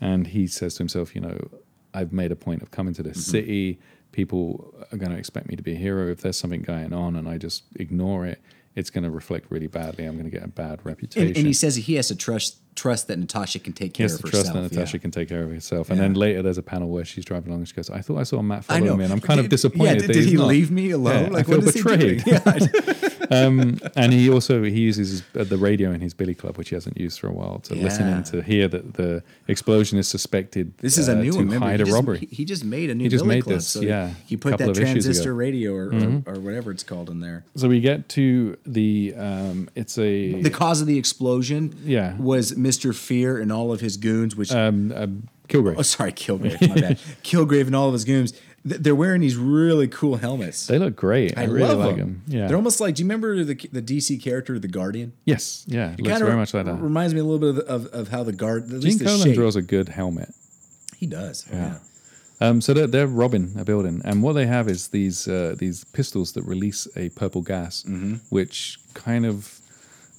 Speaker 2: And he says to himself, You know, I've made a point of coming to
Speaker 1: Mm-hmm.
Speaker 2: this city. People are going to expect me to be a hero. If there's something going on and I just ignore it, it's going to reflect really badly. I'm going to get a bad reputation.
Speaker 1: And, and he says he has to trust trust that Natasha can take
Speaker 2: He
Speaker 1: care
Speaker 2: has
Speaker 1: of
Speaker 2: to
Speaker 1: herself.
Speaker 2: trust that
Speaker 1: yeah.
Speaker 2: Natasha can take care of herself. And then later there's a panel where she's driving along and she goes, I thought I saw Matt
Speaker 1: I know.
Speaker 2: following me. And I'm kind
Speaker 1: Did-
Speaker 2: of disappointed.
Speaker 1: Yeah, did
Speaker 2: that
Speaker 1: did
Speaker 2: he's
Speaker 1: he
Speaker 2: not.
Speaker 1: leave me alone?
Speaker 2: Yeah,
Speaker 1: like,
Speaker 2: I feel
Speaker 1: what is
Speaker 2: betrayed.
Speaker 1: he doing? Yeah.
Speaker 2: um, and he also he uses his, uh, the radio in his billy club, which he hasn't used for a while, to listen
Speaker 1: Yeah.
Speaker 2: in to hear that the explosion is suspected.
Speaker 1: This is a
Speaker 2: uh,
Speaker 1: new
Speaker 2: to
Speaker 1: one. Remember,
Speaker 2: hide
Speaker 1: he
Speaker 2: a
Speaker 1: just,
Speaker 2: robbery.
Speaker 1: He, he just made a new
Speaker 2: He just
Speaker 1: Billy
Speaker 2: made
Speaker 1: Club.
Speaker 2: this,
Speaker 1: so
Speaker 2: yeah,
Speaker 1: he put
Speaker 2: couple
Speaker 1: that
Speaker 2: of issues
Speaker 1: transistor
Speaker 2: ago. Mm-hmm.
Speaker 1: radio or, or, or whatever it's called in there.
Speaker 2: so we get to the um, it's a
Speaker 1: The cause of the explosion,
Speaker 2: Yeah.
Speaker 1: was Mr. Fear and all of his goons, which
Speaker 2: um, um, Kilgrave.
Speaker 1: oh sorry, Kilgrave, my bad, Kilgrave and all of his goons. th- They're wearing these really cool helmets.
Speaker 2: They look great. I,
Speaker 1: I
Speaker 2: really
Speaker 1: love
Speaker 2: like
Speaker 1: them.
Speaker 2: them. Yeah.
Speaker 1: They're almost like. Do you remember the the DC character, the Guardian?
Speaker 2: yes. Yeah. Looks
Speaker 1: Kinda
Speaker 2: very much like that.
Speaker 1: Reminds me a little bit of, of, of how the guard. At
Speaker 2: Gene
Speaker 1: least the
Speaker 2: Colan
Speaker 1: shape.
Speaker 2: draws a good helmet.
Speaker 1: He does. Yeah.
Speaker 2: Um, so they're, they're robbing a building, and what they have is these uh, these pistols that release a purple gas,
Speaker 1: Mm-hmm.
Speaker 2: which kind of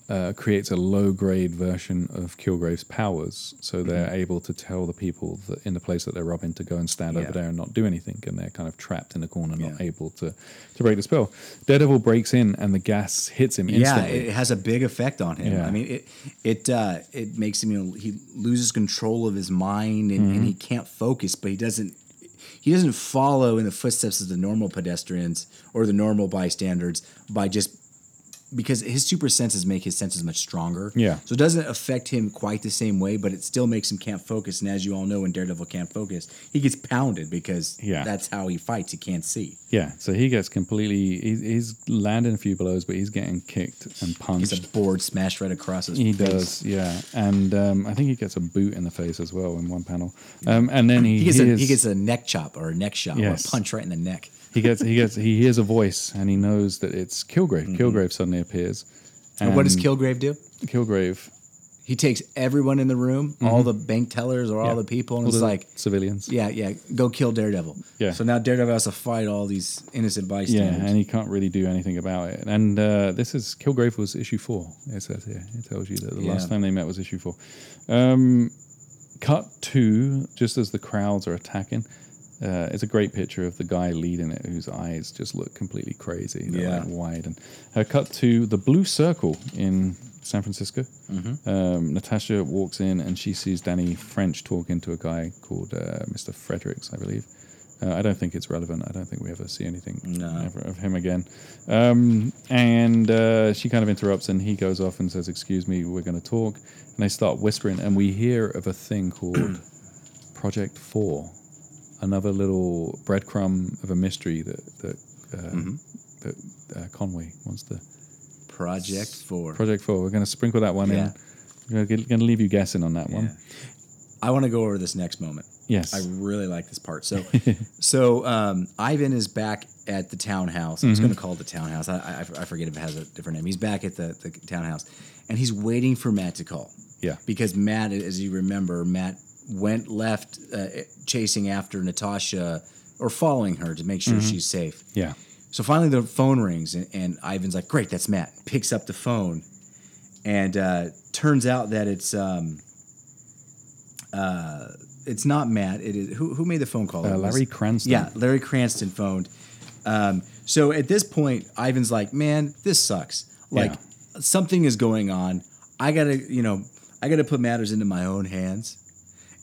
Speaker 2: uh, creates a low grade version of Kilgrave's powers. So
Speaker 1: Mm-hmm.
Speaker 2: they're able to tell the people that in the place that they're robbing to go and stand
Speaker 1: Yeah.
Speaker 2: over there and not do anything, and they're kind of trapped in the corner, not
Speaker 1: Yeah.
Speaker 2: able to to break the spell. Daredevil breaks in, and the gas hits him
Speaker 1: Yeah,
Speaker 2: instantly.
Speaker 1: it has a big effect on him.
Speaker 2: Yeah.
Speaker 1: I mean, it it uh, it makes him you know, he loses control of his mind and, and he
Speaker 2: Mm-hmm.
Speaker 1: can't focus, but he doesn't he doesn't follow in the footsteps of the normal pedestrians or the normal bystanders by just because his super senses make his senses much stronger.
Speaker 2: Yeah.
Speaker 1: So it doesn't affect him quite the same way, but it still makes him can't focus. And as you all know, when Daredevil can't focus, he gets pounded because
Speaker 2: Yeah.
Speaker 1: that's how he fights. He can't see.
Speaker 2: yeah, so he gets completely. He's, he's landing a few blows, but he's getting kicked and punched.
Speaker 1: He's a board smashed right across his
Speaker 2: He
Speaker 1: face.
Speaker 2: does, yeah, and um, I think he gets a boot in the face as well in one panel, um, and then he
Speaker 1: He gets, a,
Speaker 2: hears,
Speaker 1: he gets a neck chop or a neck shot
Speaker 2: Yes.
Speaker 1: or a punch right in the neck.
Speaker 2: he gets he gets he hears a voice, and he knows that it's Kilgrave. Kilgrave suddenly appears,
Speaker 1: Mm-hmm. And, what does Kilgrave do?
Speaker 2: Kilgrave?
Speaker 1: He takes everyone in the room, all the bank tellers or
Speaker 2: Mm-hmm. Yeah.
Speaker 1: all the people, and
Speaker 2: all
Speaker 1: it's
Speaker 2: the
Speaker 1: like,
Speaker 2: civilians,
Speaker 1: yeah, yeah, go kill Daredevil.
Speaker 2: Yeah.
Speaker 1: So now Daredevil has to fight all these innocent
Speaker 2: yeah,
Speaker 1: bystanders.
Speaker 2: and he can't really do anything about it. And uh, this is Kilgrave was issue four. It says here it tells you that the last
Speaker 1: Yeah.
Speaker 2: time they met was issue four. Um, cut to just as the crowds are attacking. Uh, it's a great picture of the guy leading it, whose eyes just look completely crazy. They're
Speaker 1: Yeah.
Speaker 2: like wide. And uh, cut to the blue circle in San Francisco. Um, Natasha walks in and she sees Danny French talking to a guy called uh, Mr. Fredericks, I believe. Uh, I don't think it's relevant. I don't think we ever see anything
Speaker 1: No.
Speaker 2: ever of him again. Um, and uh, she kind of interrupts and he goes off and says, Excuse me, we're going to talk. And they start whispering, and we hear of a thing called Project Four, another little breadcrumb of a mystery that, that, uh,
Speaker 1: Mm-hmm.
Speaker 2: that uh, Conway wants to.
Speaker 1: Project 4.
Speaker 2: Project Four. We're going to sprinkle that one
Speaker 1: Yeah.
Speaker 2: in. We're going to leave you guessing on that one.
Speaker 1: I want to go over this next moment.
Speaker 2: Yes.
Speaker 1: I really like this part. So, so um, Ivan is back at the townhouse. I was
Speaker 2: Mm-hmm.
Speaker 1: going to call it the townhouse. I, I, I forget if it has a different name. He's back at the, the townhouse, and he's waiting for Matt to call.
Speaker 2: Yeah.
Speaker 1: because Matt, as you remember, Matt went left uh, chasing after Natasha or following her to make sure
Speaker 2: Mm-hmm.
Speaker 1: she's safe.
Speaker 2: Yeah.
Speaker 1: So finally, the phone rings, and, and Ivan's like, "Great, that's Matt." Picks up the phone, and uh, turns out that it's um, uh, it's not Matt. It is who, who made the phone call?
Speaker 2: Uh,
Speaker 1: It was-
Speaker 2: Larry Cranston.
Speaker 1: Yeah, Larry Cranston phoned. Um, so at this point, Ivan's like, "Man, this sucks. Like something is going on. I gotta, you know, I gotta put matters into my own hands."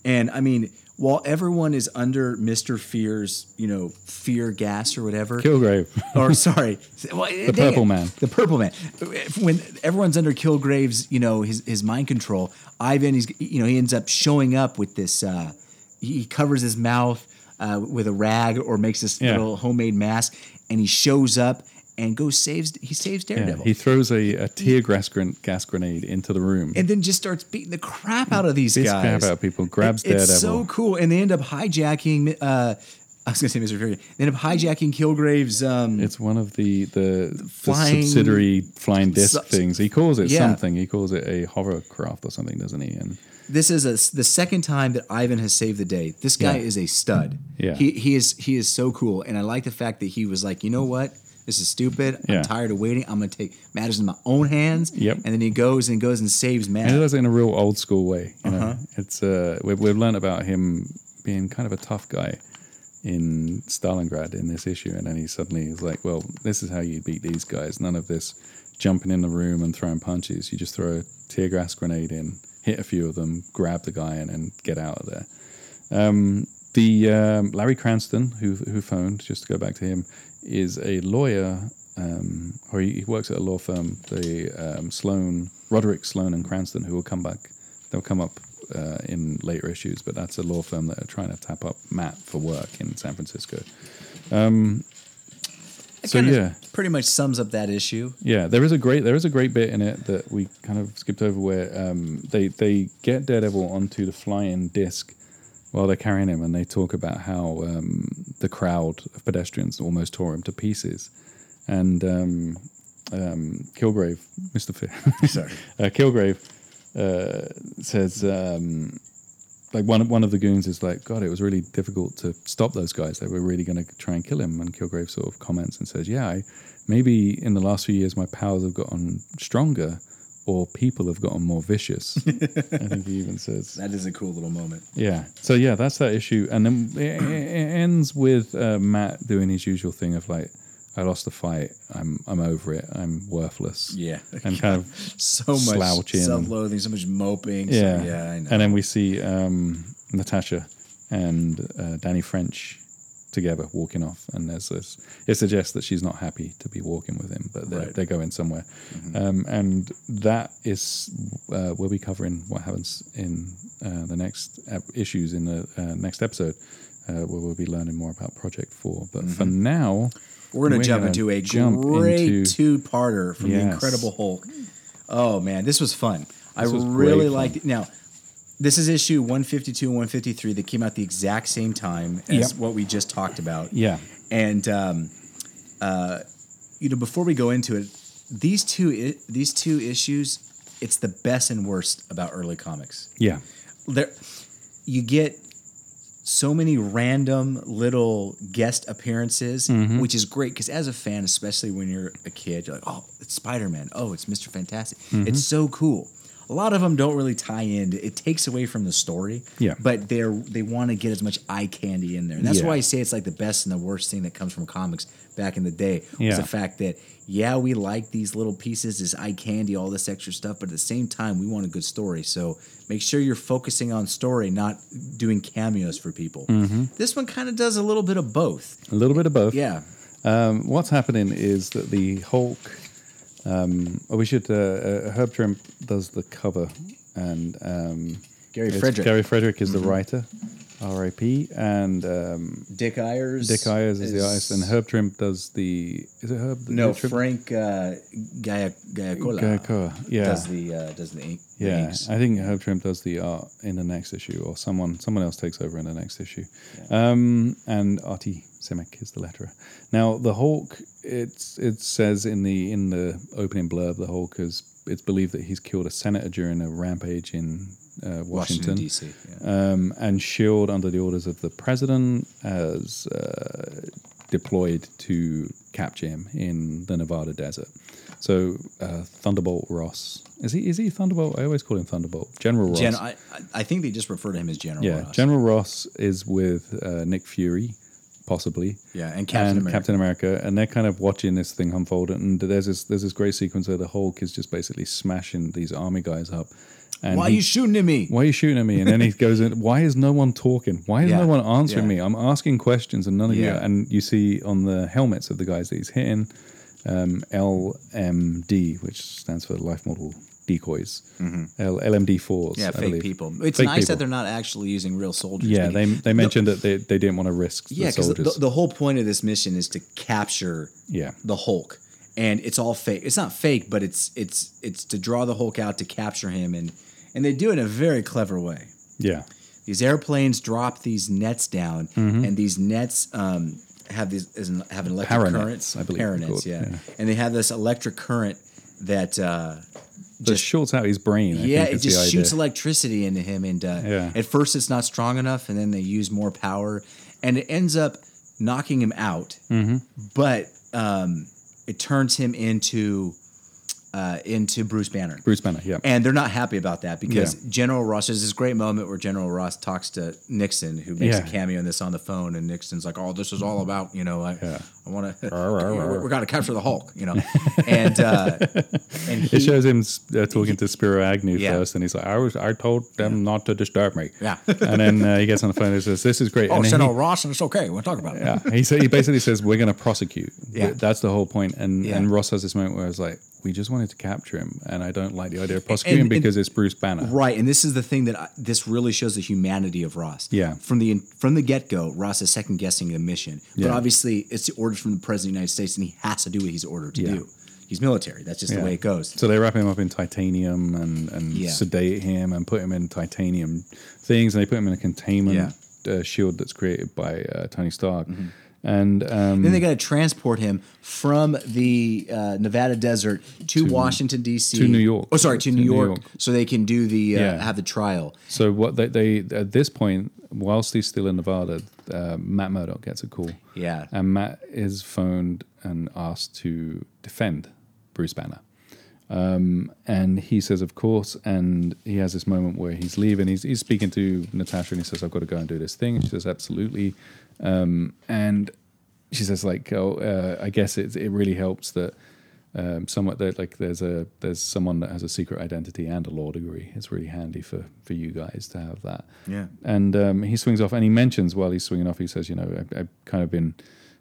Speaker 1: And I mean, while everyone is under Mister Fear's, you know, fear gas or whatever,
Speaker 2: Kilgrave.
Speaker 1: or sorry, well, the
Speaker 2: Purple Man.
Speaker 1: The purple man. If- When everyone's under Kilgrave's, you know, his his mind control, Ivan, he's you know, he ends up showing up with this. Uh, he he covers his mouth uh, with a rag or makes this
Speaker 2: Yeah.
Speaker 1: little homemade mask, and he shows up and goes saves he saves
Speaker 2: Yeah,
Speaker 1: Daredevil.
Speaker 2: he throws a, a tear gas, gran- gas grenade into the room.
Speaker 1: and then just starts beating the crap out of these
Speaker 2: Beats the
Speaker 1: guys.
Speaker 2: crap out of people, grabs
Speaker 1: It- It's so
Speaker 2: Daredevil.
Speaker 1: cool, and they end up hijacking. Uh, I was gonna say Mr. Fury. They end up hijacking Kilgrave's. Um,
Speaker 2: It's one of the the, the
Speaker 1: flying-
Speaker 2: subsidiary flying disc
Speaker 1: Su-
Speaker 2: things. He calls it
Speaker 1: Yeah.
Speaker 2: something. He calls it a hovercraft or something, doesn't he? And
Speaker 1: this is a, the second time that Ivan has saved the day. This guy
Speaker 2: Yeah.
Speaker 1: is a stud.
Speaker 2: Yeah.
Speaker 1: He, he is he is so cool, and I like the fact that he was like, you know what, this is stupid. I'm
Speaker 2: Yeah.
Speaker 1: tired of waiting. I'm gonna take matters in my own hands.
Speaker 2: Yep.
Speaker 1: And then he goes and goes and saves Matt.
Speaker 2: and he does it in a real old school way. You know? It's uh, we've, we've learned about him being kind of a tough guy in Stalingrad in this issue, and then he suddenly is like, "Well, this is how you beat these guys. None of this jumping in the room and throwing punches. You just throw a tear gas grenade in, hit a few of them, grab the guy, and then get out of there." the um, Larry Cranston, who who phoned, just to go back to him, is a lawyer um, or he, he works at a law firm, the um, Sloan, Roderick Sloan and Cranston, who will come back. They'll come up uh, in later issues, but that's a law firm that are trying to tap up Matt for work in San Francisco.
Speaker 1: It
Speaker 2: So,
Speaker 1: kinda
Speaker 2: yeah.
Speaker 1: pretty much sums up that issue.
Speaker 2: Yeah, there is a great there is a great bit in it that we kind of skipped over where um, they they get Daredevil onto the flying disc while they're carrying him, and they talk about how um, the crowd of pedestrians almost tore him to pieces, and um, um, Kilgrave, Mister
Speaker 1: Sorry.
Speaker 2: uh, Kilgrave uh, says, um, like one of- one of the goons is like, God, it was really difficult to stop those guys. They were really going to try and kill him. And Kilgrave sort of comments and says, Yeah, I, maybe in the last few years my powers have gotten stronger, or people have gotten more vicious. I think he even says,
Speaker 1: That is a cool little moment.
Speaker 2: yeah. So yeah, that's that issue, and then it, it ends with uh, Matt doing his usual thing of like, I lost the fight. I'm I'm over it. I'm worthless.
Speaker 1: Yeah.
Speaker 2: And kind of
Speaker 1: So much
Speaker 2: Slouching.
Speaker 1: self-loathing, so much moping. so-
Speaker 2: yeah.
Speaker 1: yeah, I know.
Speaker 2: And then we see um, Natasha and uh, Danny French together walking off, and there's this. It suggests that she's not happy to be walking with him, but they're,
Speaker 1: Right. Mm-hmm.
Speaker 2: they're going somewhere. Um, and that is uh, we'll be covering what happens in uh, the next ep- issues in the uh, next episode. Uh, where we'll be learning more about Project Four, but for
Speaker 1: Mm-hmm.
Speaker 2: now,
Speaker 1: We're going to jump
Speaker 2: gonna
Speaker 1: into a
Speaker 2: jump
Speaker 1: great
Speaker 2: into-
Speaker 1: two-parter from the
Speaker 2: Yes.
Speaker 1: Incredible Hulk. Oh man, this was fun. I
Speaker 2: This was
Speaker 1: really
Speaker 2: great
Speaker 1: liked it. Now, this is issue 152 and 153 that came out the exact same time as
Speaker 2: Yep.
Speaker 1: what we just talked about.
Speaker 2: Yeah.
Speaker 1: And um, uh, you know, before we go into it, these two I- these two issues, it's the best and worst about early comics
Speaker 2: yeah,
Speaker 1: there you get so many random little guest appearances,
Speaker 2: Mm-hmm.
Speaker 1: which is great because as a fan, especially when you're a kid, you're like, oh, it's Spider Man. Oh, it's Mr. Fantastic.
Speaker 2: Mm-hmm.
Speaker 1: It's so cool. A lot of them don't really tie in. It takes away from the story.
Speaker 2: Yeah.
Speaker 1: But they're they want to get as much eye candy in there. And that's
Speaker 2: Yeah.
Speaker 1: why I say it's like the best and the worst thing that comes from comics back in the day. Was
Speaker 2: Yeah.
Speaker 1: the fact that yeah, we like these little pieces, this eye candy, all this extra stuff, but at the same time, we want a good story. So make sure you're focusing on story, not doing cameos for people.
Speaker 2: Mm-hmm.
Speaker 1: This one kind of does a little bit of both.
Speaker 2: a little bit of both.
Speaker 1: Yeah,
Speaker 2: Um, what's happening is that the Hulk. Um, oh, we should. Uh, uh, Herb Trimp does the cover, and um,
Speaker 1: Gary
Speaker 2: it's-
Speaker 1: Frederick, Mm-hmm.
Speaker 2: Gary Frederick is the writer, R.I.P. And um,
Speaker 1: Dick Ayers,
Speaker 2: Dick Ayers is, the artist, and Herb Trimp does the. Is it Herb? that
Speaker 1: No,
Speaker 2: did Trimp?
Speaker 1: Frank uh, Gaia- Gaiacola
Speaker 2: Gaiacola, yeah.
Speaker 1: does the uh, does the ink. the
Speaker 2: Yeah,
Speaker 1: inks.
Speaker 2: I think Herb Trimp does the art in the next issue, or someone someone else takes over in the next issue. Um, and Artie Simic is the letterer. Now the Hulk, it's it says in the in the opening blurb, the Hulk is it's believed that he's killed a senator during a rampage in uh,
Speaker 1: Washington
Speaker 2: Washington,
Speaker 1: D.C. Yeah.
Speaker 2: um, and Shield under the orders of the president as uh, deployed to capture him in the Nevada desert. So uh, Thunderbolt Ross is he? Is he Thunderbolt? I always call him Thunderbolt. General Ross.
Speaker 1: Gen- I, I- I think they just refer to him as General.
Speaker 2: yeah,
Speaker 1: Ross.
Speaker 2: General Ross is with uh, Nick Fury, possibly.
Speaker 1: Yeah, and Captain
Speaker 2: and
Speaker 1: America.
Speaker 2: Captain America, and they're kind of watching this thing unfold. And there's this there's this great sequence where the Hulk is just basically smashing these army guys up. And
Speaker 1: Why are
Speaker 2: he-
Speaker 1: you shooting at me?
Speaker 2: why are you shooting at me? And then he goes in, why is no one talking? Why is
Speaker 1: Yeah.
Speaker 2: no one answering
Speaker 1: Yeah.
Speaker 2: me? I'm asking questions and none of you.
Speaker 1: Yeah.
Speaker 2: And you see on the helmets of the guys that he's hitting, um, LMD, which stands for life model decoys, L- LMD4s.
Speaker 1: Mm-hmm. Yeah,
Speaker 2: I
Speaker 1: fake
Speaker 2: believe.
Speaker 1: people. It's
Speaker 2: Fake
Speaker 1: nice that
Speaker 2: people.
Speaker 1: they're not actually using real soldiers.
Speaker 2: Yeah,
Speaker 1: because-
Speaker 2: they, they mentioned that they, they didn't want to risk
Speaker 1: yeah,
Speaker 2: the
Speaker 1: because
Speaker 2: soldiers.
Speaker 1: the, the whole point of this mission is to capture
Speaker 2: Yeah.
Speaker 1: the Hulk, and it's all fake. It's not fake, but it's it's it's to draw the Hulk out to capture him, and and they do it in a very clever way.
Speaker 2: yeah.
Speaker 1: These airplanes drop these nets down,
Speaker 2: Mm-hmm.
Speaker 1: and these nets um, have these is an- have an electric
Speaker 2: Paranets,
Speaker 1: current.
Speaker 2: I believe they're
Speaker 1: Paranets,
Speaker 2: called,
Speaker 1: yeah.
Speaker 2: yeah.
Speaker 1: and they have this electric current that. Uh,
Speaker 2: Just shorts out his brain. I
Speaker 1: yeah,
Speaker 2: think
Speaker 1: it
Speaker 2: is the
Speaker 1: just
Speaker 2: idea.
Speaker 1: shoots electricity into him, and uh,
Speaker 2: Yeah.
Speaker 1: at first it's not strong enough, and then they use more power, and it ends up knocking
Speaker 2: Mm-hmm.
Speaker 1: him out. But um, it turns him into uh, into Bruce Banner.
Speaker 2: Bruce Banner, yeah.
Speaker 1: And they're not happy about that because
Speaker 2: Yeah.
Speaker 1: General Ross there's this great moment where General Ross talks to Nixon, who makes
Speaker 2: Yeah.
Speaker 1: a cameo in this on the phone, and Nixon's like, "Oh, this is all about you know, I, I want
Speaker 2: Arr, arr,
Speaker 1: to,
Speaker 2: arr.
Speaker 1: we got to capture the Hulk, you know," and uh, and
Speaker 2: It
Speaker 1: he,
Speaker 2: shows him uh, talking to Spiro Agnew
Speaker 1: Yeah.
Speaker 2: first, and he's like, "I was, I told them not to disturb me."
Speaker 1: Yeah.
Speaker 2: and then uh, he gets on the phone and says, "This is great."
Speaker 1: oh,
Speaker 2: and then
Speaker 1: General
Speaker 2: he,
Speaker 1: Ross, and it's okay, we'll talk about it.
Speaker 2: yeah, he sa- he basically says, "We're going to prosecute."
Speaker 1: Yeah.
Speaker 2: Th- that's the whole point. And
Speaker 1: Yeah.
Speaker 2: and Ross has this moment where I was like, "We just wanted to capture him, and I don't like the idea of prosecuting
Speaker 1: and-
Speaker 2: because it's Bruce Banner."
Speaker 1: Right, and this is the thing that I, this really shows the humanity of Ross.
Speaker 2: Yeah.
Speaker 1: from the from the get go, Ross is second guessing the mission, but
Speaker 2: Yeah.
Speaker 1: obviously it's the orders from the president of the United States, and he has to do what he's ordered to
Speaker 2: Yeah.
Speaker 1: do. He's military; that's just
Speaker 2: Yeah.
Speaker 1: the way it goes.
Speaker 2: So they wrap him up in titanium and, and
Speaker 1: Yeah.
Speaker 2: sedate him and put him in titanium things, and they put him in a containment uh, shield that's created by uh, Tony Stark.
Speaker 1: Mm-hmm.
Speaker 2: And um,
Speaker 1: Then they got to transport him from the uh, Nevada desert to, Washington D.C.
Speaker 2: to New York.
Speaker 1: Oh, sorry, to, New, York, so they can do the uh,
Speaker 2: Yeah.
Speaker 1: have the trial.
Speaker 2: So what they, they at this point, whilst he's still in Nevada, uh, Matt Murdock gets a call.
Speaker 1: Yeah.
Speaker 2: and Matt is phoned and asked to defend Bruce Banner. Um, and he says, "Of course." And he has this moment where he's leaving. He's, he's speaking to Natasha, and he says, "I've got to go and do this thing." And she says, "Absolutely." Um, and she says, "Like, oh, uh, I guess it it really helps that." um, somewhat that like there's a there's someone that has a secret identity and a law degree. It's really handy for for you guys to have that.
Speaker 1: Yeah.
Speaker 2: And um, he swings off, and he mentions while he's swinging off, he says, you know, I, I've kind of been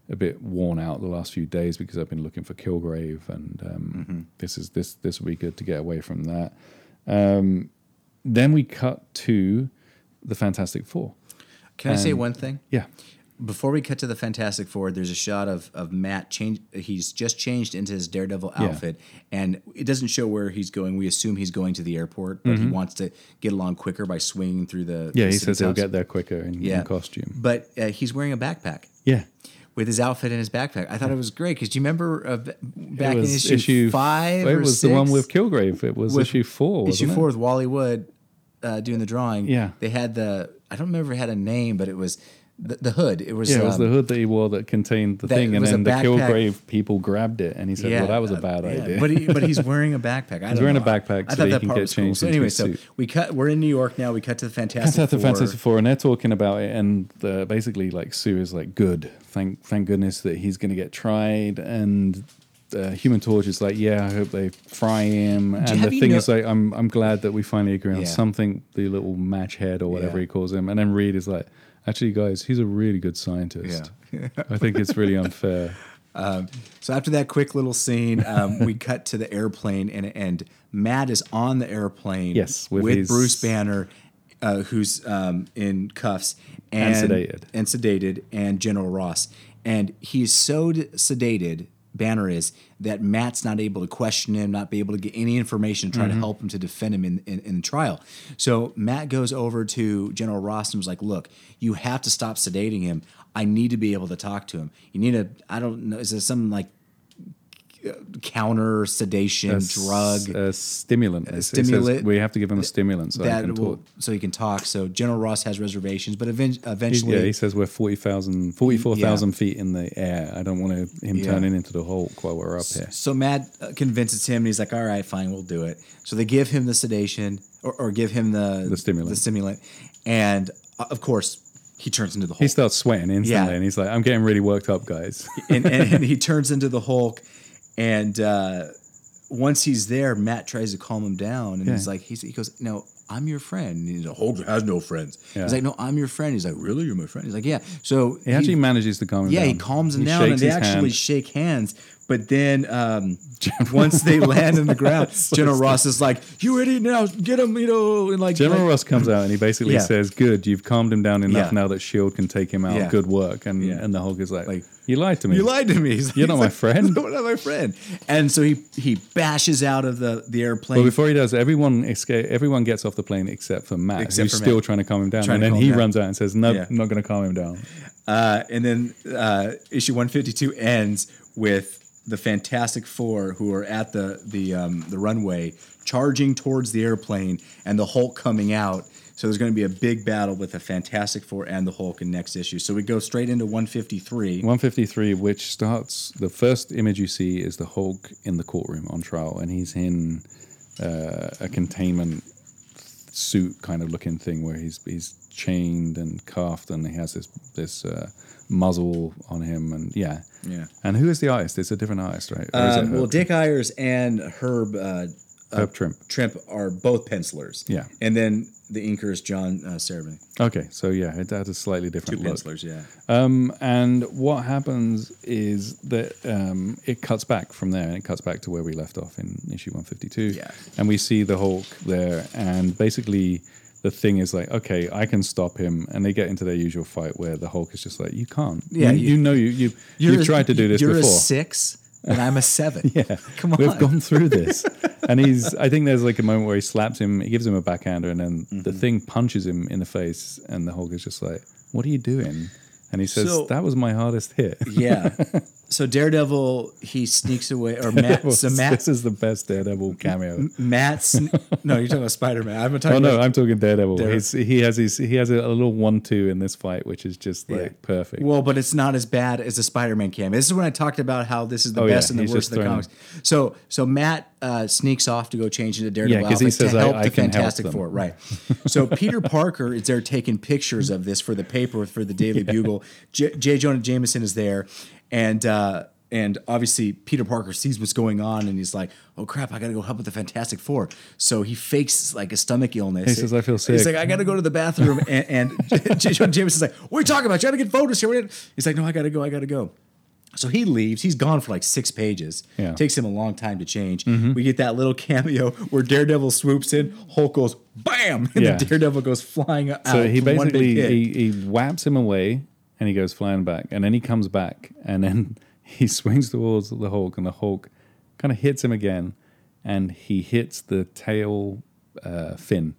Speaker 2: a bit worn out the last few days because I've been looking for Kilgrave, and um, this is this this would be good to get away from that. Um, then we cut to the Fantastic Four.
Speaker 1: Can I say one thing?
Speaker 2: Yeah.
Speaker 1: Before we cut to the Fantastic Four, there's a shot of, of Matt change. He's just changed into his Daredevil
Speaker 2: Yeah.
Speaker 1: outfit, and it doesn't show where he's going. We assume he's going to the airport, but he wants to get along quicker by swinging through the.
Speaker 2: Mm-hmm. Yeah,
Speaker 1: the
Speaker 2: he
Speaker 1: city
Speaker 2: says he'll
Speaker 1: tops.
Speaker 2: get there quicker in, in
Speaker 1: Yeah.
Speaker 2: costume.
Speaker 1: But uh, he's wearing a backpack.
Speaker 2: Yeah.
Speaker 1: with his outfit and his backpack. I thought it was great because do you remember uh, b- back
Speaker 2: it
Speaker 1: in
Speaker 2: was
Speaker 1: issue, five?
Speaker 2: It
Speaker 1: or
Speaker 2: was the one
Speaker 1: six?
Speaker 2: with Kilgrave. It was
Speaker 1: With-
Speaker 2: issue four. Wasn't
Speaker 1: issue
Speaker 2: it?
Speaker 1: four with Wally Wood uh, doing the drawing.
Speaker 2: Yeah.
Speaker 1: they had the I don't remember if it had a name, but it was the, the hood. It was
Speaker 2: Yeah, it was
Speaker 1: um,
Speaker 2: the hood that he wore that contained the
Speaker 1: that
Speaker 2: thing, and
Speaker 1: was a
Speaker 2: then the
Speaker 1: backpack.
Speaker 2: Kilgrave people grabbed it, and he said, "Well, that was a
Speaker 1: uh,
Speaker 2: bad
Speaker 1: yeah.
Speaker 2: idea."
Speaker 1: But he, but he's wearing a backpack. I he's
Speaker 2: wearing a backpack
Speaker 1: I
Speaker 2: so
Speaker 1: thought
Speaker 2: he
Speaker 1: that
Speaker 2: can
Speaker 1: part
Speaker 2: get
Speaker 1: was cool.
Speaker 2: changed
Speaker 1: So
Speaker 2: into
Speaker 1: anyway,
Speaker 2: his
Speaker 1: so
Speaker 2: suit.
Speaker 1: we cut. We're in New York now. We cut to the Fantastic
Speaker 2: That's at the
Speaker 1: Four.
Speaker 2: Fantastic Four, and they're talking about it, and the, basically, like Sue is like, "Good, thank thank goodness that he's going to get tried," and uh, Human Torch is like, "Yeah, I hope they fry him." And
Speaker 1: have
Speaker 2: the
Speaker 1: you
Speaker 2: thing
Speaker 1: no-
Speaker 2: is, like, I'm I'm glad that we finally agree on
Speaker 1: Yeah.
Speaker 2: something. The little match head or whatever
Speaker 1: Yeah.
Speaker 2: he calls him, and then Reed is like, "Actually, guys, he's a really good scientist. I think it's really unfair."
Speaker 1: So after that quick little scene, um, we cut to the airplane, and and Matt is on the airplane.
Speaker 2: Yes, with
Speaker 1: with,
Speaker 2: his-
Speaker 1: Bruce Banner, uh, who's um, in cuffs
Speaker 2: And
Speaker 1: and,
Speaker 2: sedated.
Speaker 1: and sedated, and General Ross, and he's so d- sedated. Banner is that Matt's not able to question him, not be able to get any information to try to help him to defend him in, in, in the trial. So Matt goes over to General Ross and was like, Look, you have to stop sedating him. I need to be able to talk to him. You need a, I don't know, is there something like uh, counter sedation drug
Speaker 2: a stimulant. It says
Speaker 1: stimulant-
Speaker 2: we have to give him a stimulant so I
Speaker 1: that
Speaker 2: can
Speaker 1: will,
Speaker 2: talk.
Speaker 1: so he can talk. So General Ross has reservations, but even, eventually,
Speaker 2: Yeah, he says we're 40,000, 44,000 feet in the air. I don't want to, him
Speaker 1: Yeah.
Speaker 2: turning into the Hulk while we're up here.
Speaker 1: so Matt uh, convinces him, and he's like, "All right, fine, we'll do it." So they give him the sedation or, or give him the
Speaker 2: The stimulant.
Speaker 1: the stimulant, and uh, of course he turns into the
Speaker 2: He
Speaker 1: Hulk,
Speaker 2: starts sweating instantly
Speaker 1: Yeah.
Speaker 2: and he's like, I'm getting really worked up, guys.
Speaker 1: and, and, and he turns into the Hulk, and uh, once he's there, Matt tries to calm him down, and he's
Speaker 2: Yeah.
Speaker 1: like, he's, he goes, "No, I'm your friend." And he's like, "Hulk has no friends."
Speaker 2: Yeah.
Speaker 1: He's like, "No, I'm your friend." He's like, "Really, you're my friend?" He's like, "Yeah." So
Speaker 2: He actually manages to calm him
Speaker 1: yeah,
Speaker 2: down.
Speaker 1: he calms him
Speaker 2: Um, He
Speaker 1: down, and
Speaker 2: shakes
Speaker 1: they
Speaker 2: his
Speaker 1: actually
Speaker 2: hand.
Speaker 1: shake hands. But then, um, once they land in the ground, General Ross is like, "You idiot! Now get him!" You know, and like,
Speaker 2: General
Speaker 1: like-
Speaker 2: Ross comes out and he basically
Speaker 1: Yeah.
Speaker 2: says, "Good, you've calmed him down enough
Speaker 1: Yeah.
Speaker 2: now that Shield E can take him out.
Speaker 1: Yeah.
Speaker 2: Good work." And
Speaker 1: Yeah.
Speaker 2: and the Hulk is like,
Speaker 1: Like,
Speaker 2: "You lied to me.
Speaker 1: You lied to me. He's-
Speaker 2: You're not
Speaker 1: he's
Speaker 2: my
Speaker 1: like,
Speaker 2: friend.
Speaker 1: You're not my friend. And so he he bashes out of the the airplane.
Speaker 2: But before he does, everyone escape. Everyone gets off the plane except for Matt,
Speaker 1: Except
Speaker 2: who's
Speaker 1: for
Speaker 2: still
Speaker 1: Matt.
Speaker 2: trying to calm him down.
Speaker 1: Trying
Speaker 2: and
Speaker 1: to
Speaker 2: then
Speaker 1: calm
Speaker 2: he
Speaker 1: him down.
Speaker 2: runs out and says, "No,
Speaker 1: Yeah.
Speaker 2: not going to calm him down."
Speaker 1: Uh, and then uh, issue 152 ends with the Fantastic Four who are at the the um, the runway charging towards the airplane and the Hulk coming out. So there's going to be a big battle with the Fantastic Four and the Hulk in next issue. So we go straight into 153.
Speaker 2: 153, which starts the first image you see is the Hulk in the courtroom on trial, and he's in uh, a containment suit kind of looking thing where he's he's chained and cuffed, and he has this this uh, muzzle on him, and yeah,
Speaker 1: Yeah.
Speaker 2: And who is the artist? It's a different artist, right? Or is it
Speaker 1: Um, well,
Speaker 2: Herb-
Speaker 1: Dick Ayers and Herb uh,
Speaker 2: Herb Trimp.
Speaker 1: Trimp are both pencilers.
Speaker 2: Yeah.
Speaker 1: And then the inker is John uh, Ceribin.
Speaker 2: Okay, so yeah, it had a slightly
Speaker 1: Two
Speaker 2: different look.
Speaker 1: pencilers, yeah.
Speaker 2: Um, and what happens is that um, it cuts back from there, and it cuts back to where we left off in issue 152.
Speaker 1: Yeah.
Speaker 2: And we see the Hulk there, and basically the thing is like, okay, I can stop him, and they get into their usual fight where the Hulk is just like, you can't.
Speaker 1: Yeah,
Speaker 2: you,
Speaker 1: you-
Speaker 2: you know you you you've tried to do this
Speaker 1: you're
Speaker 2: before.
Speaker 1: a six, and I'm a seven.
Speaker 2: Yeah,
Speaker 1: Come on.
Speaker 2: we've gone through this, and he's. I think there's like a moment where he slaps him, he gives him a backhander, and then
Speaker 1: Mm-hmm.
Speaker 2: the thing punches him in the face, and the Hulk is just like, "What are you doing?" And he says,
Speaker 1: So-
Speaker 2: "That was my hardest hit."
Speaker 1: yeah. So Daredevil, he sneaks away, or Matt. so Matt,
Speaker 2: this is the best Daredevil cameo.
Speaker 1: Matt, sn- no, you're talking about Spider Man. I'm talking
Speaker 2: Oh no,
Speaker 1: about.
Speaker 2: I'm talking Daredevil.
Speaker 1: Dare-
Speaker 2: He's, he has his, he has a little one-two in this fight, which is just like perfect.
Speaker 1: Well, but it's not as bad as the Spider-Man cameo. This is when I talked about how this is the
Speaker 2: Oh, yeah.
Speaker 1: best and
Speaker 2: He's
Speaker 1: the worst
Speaker 2: just
Speaker 1: of the
Speaker 2: throwing-
Speaker 1: comics. So, so Matt uh, sneaks off to go change into Daredevil
Speaker 2: Yeah, 'cause
Speaker 1: outfit
Speaker 2: he says,
Speaker 1: to
Speaker 2: "I-
Speaker 1: help
Speaker 2: I
Speaker 1: the
Speaker 2: can help
Speaker 1: Fantastic
Speaker 2: them."
Speaker 1: Four, right? So Peter Parker is there taking pictures of this for the paper for the Daily Bugle. J. J. Jonah Jameson is there, and. Uh, and obviously, Peter Parker sees what's going on, and he's like, "Oh crap! I gotta go help with the Fantastic Four. So he fakes like a stomach illness.
Speaker 2: He says, "I feel
Speaker 1: He's
Speaker 2: sick."
Speaker 1: like, "I gotta go to the bathroom," and, and J. Jonah Jameson's like, "What are you talking about? Trying to get photos here?" We're in-" He's like, "No, I gotta go. I gotta go." So he leaves. He's gone for like six pages.
Speaker 2: Yeah. Mm-hmm.
Speaker 1: Takes him a long time to change. We get that little cameo where Daredevil swoops in, Hulk goes bam, and
Speaker 2: Yeah.
Speaker 1: the Daredevil goes flying out.
Speaker 2: So he
Speaker 1: from one big
Speaker 2: basically
Speaker 1: hit.
Speaker 2: he, he whaps him away and he goes flying back and then he comes back and then he swings towards the Hulk and the Hulk kind of hits him again and he hits the tail uh, fin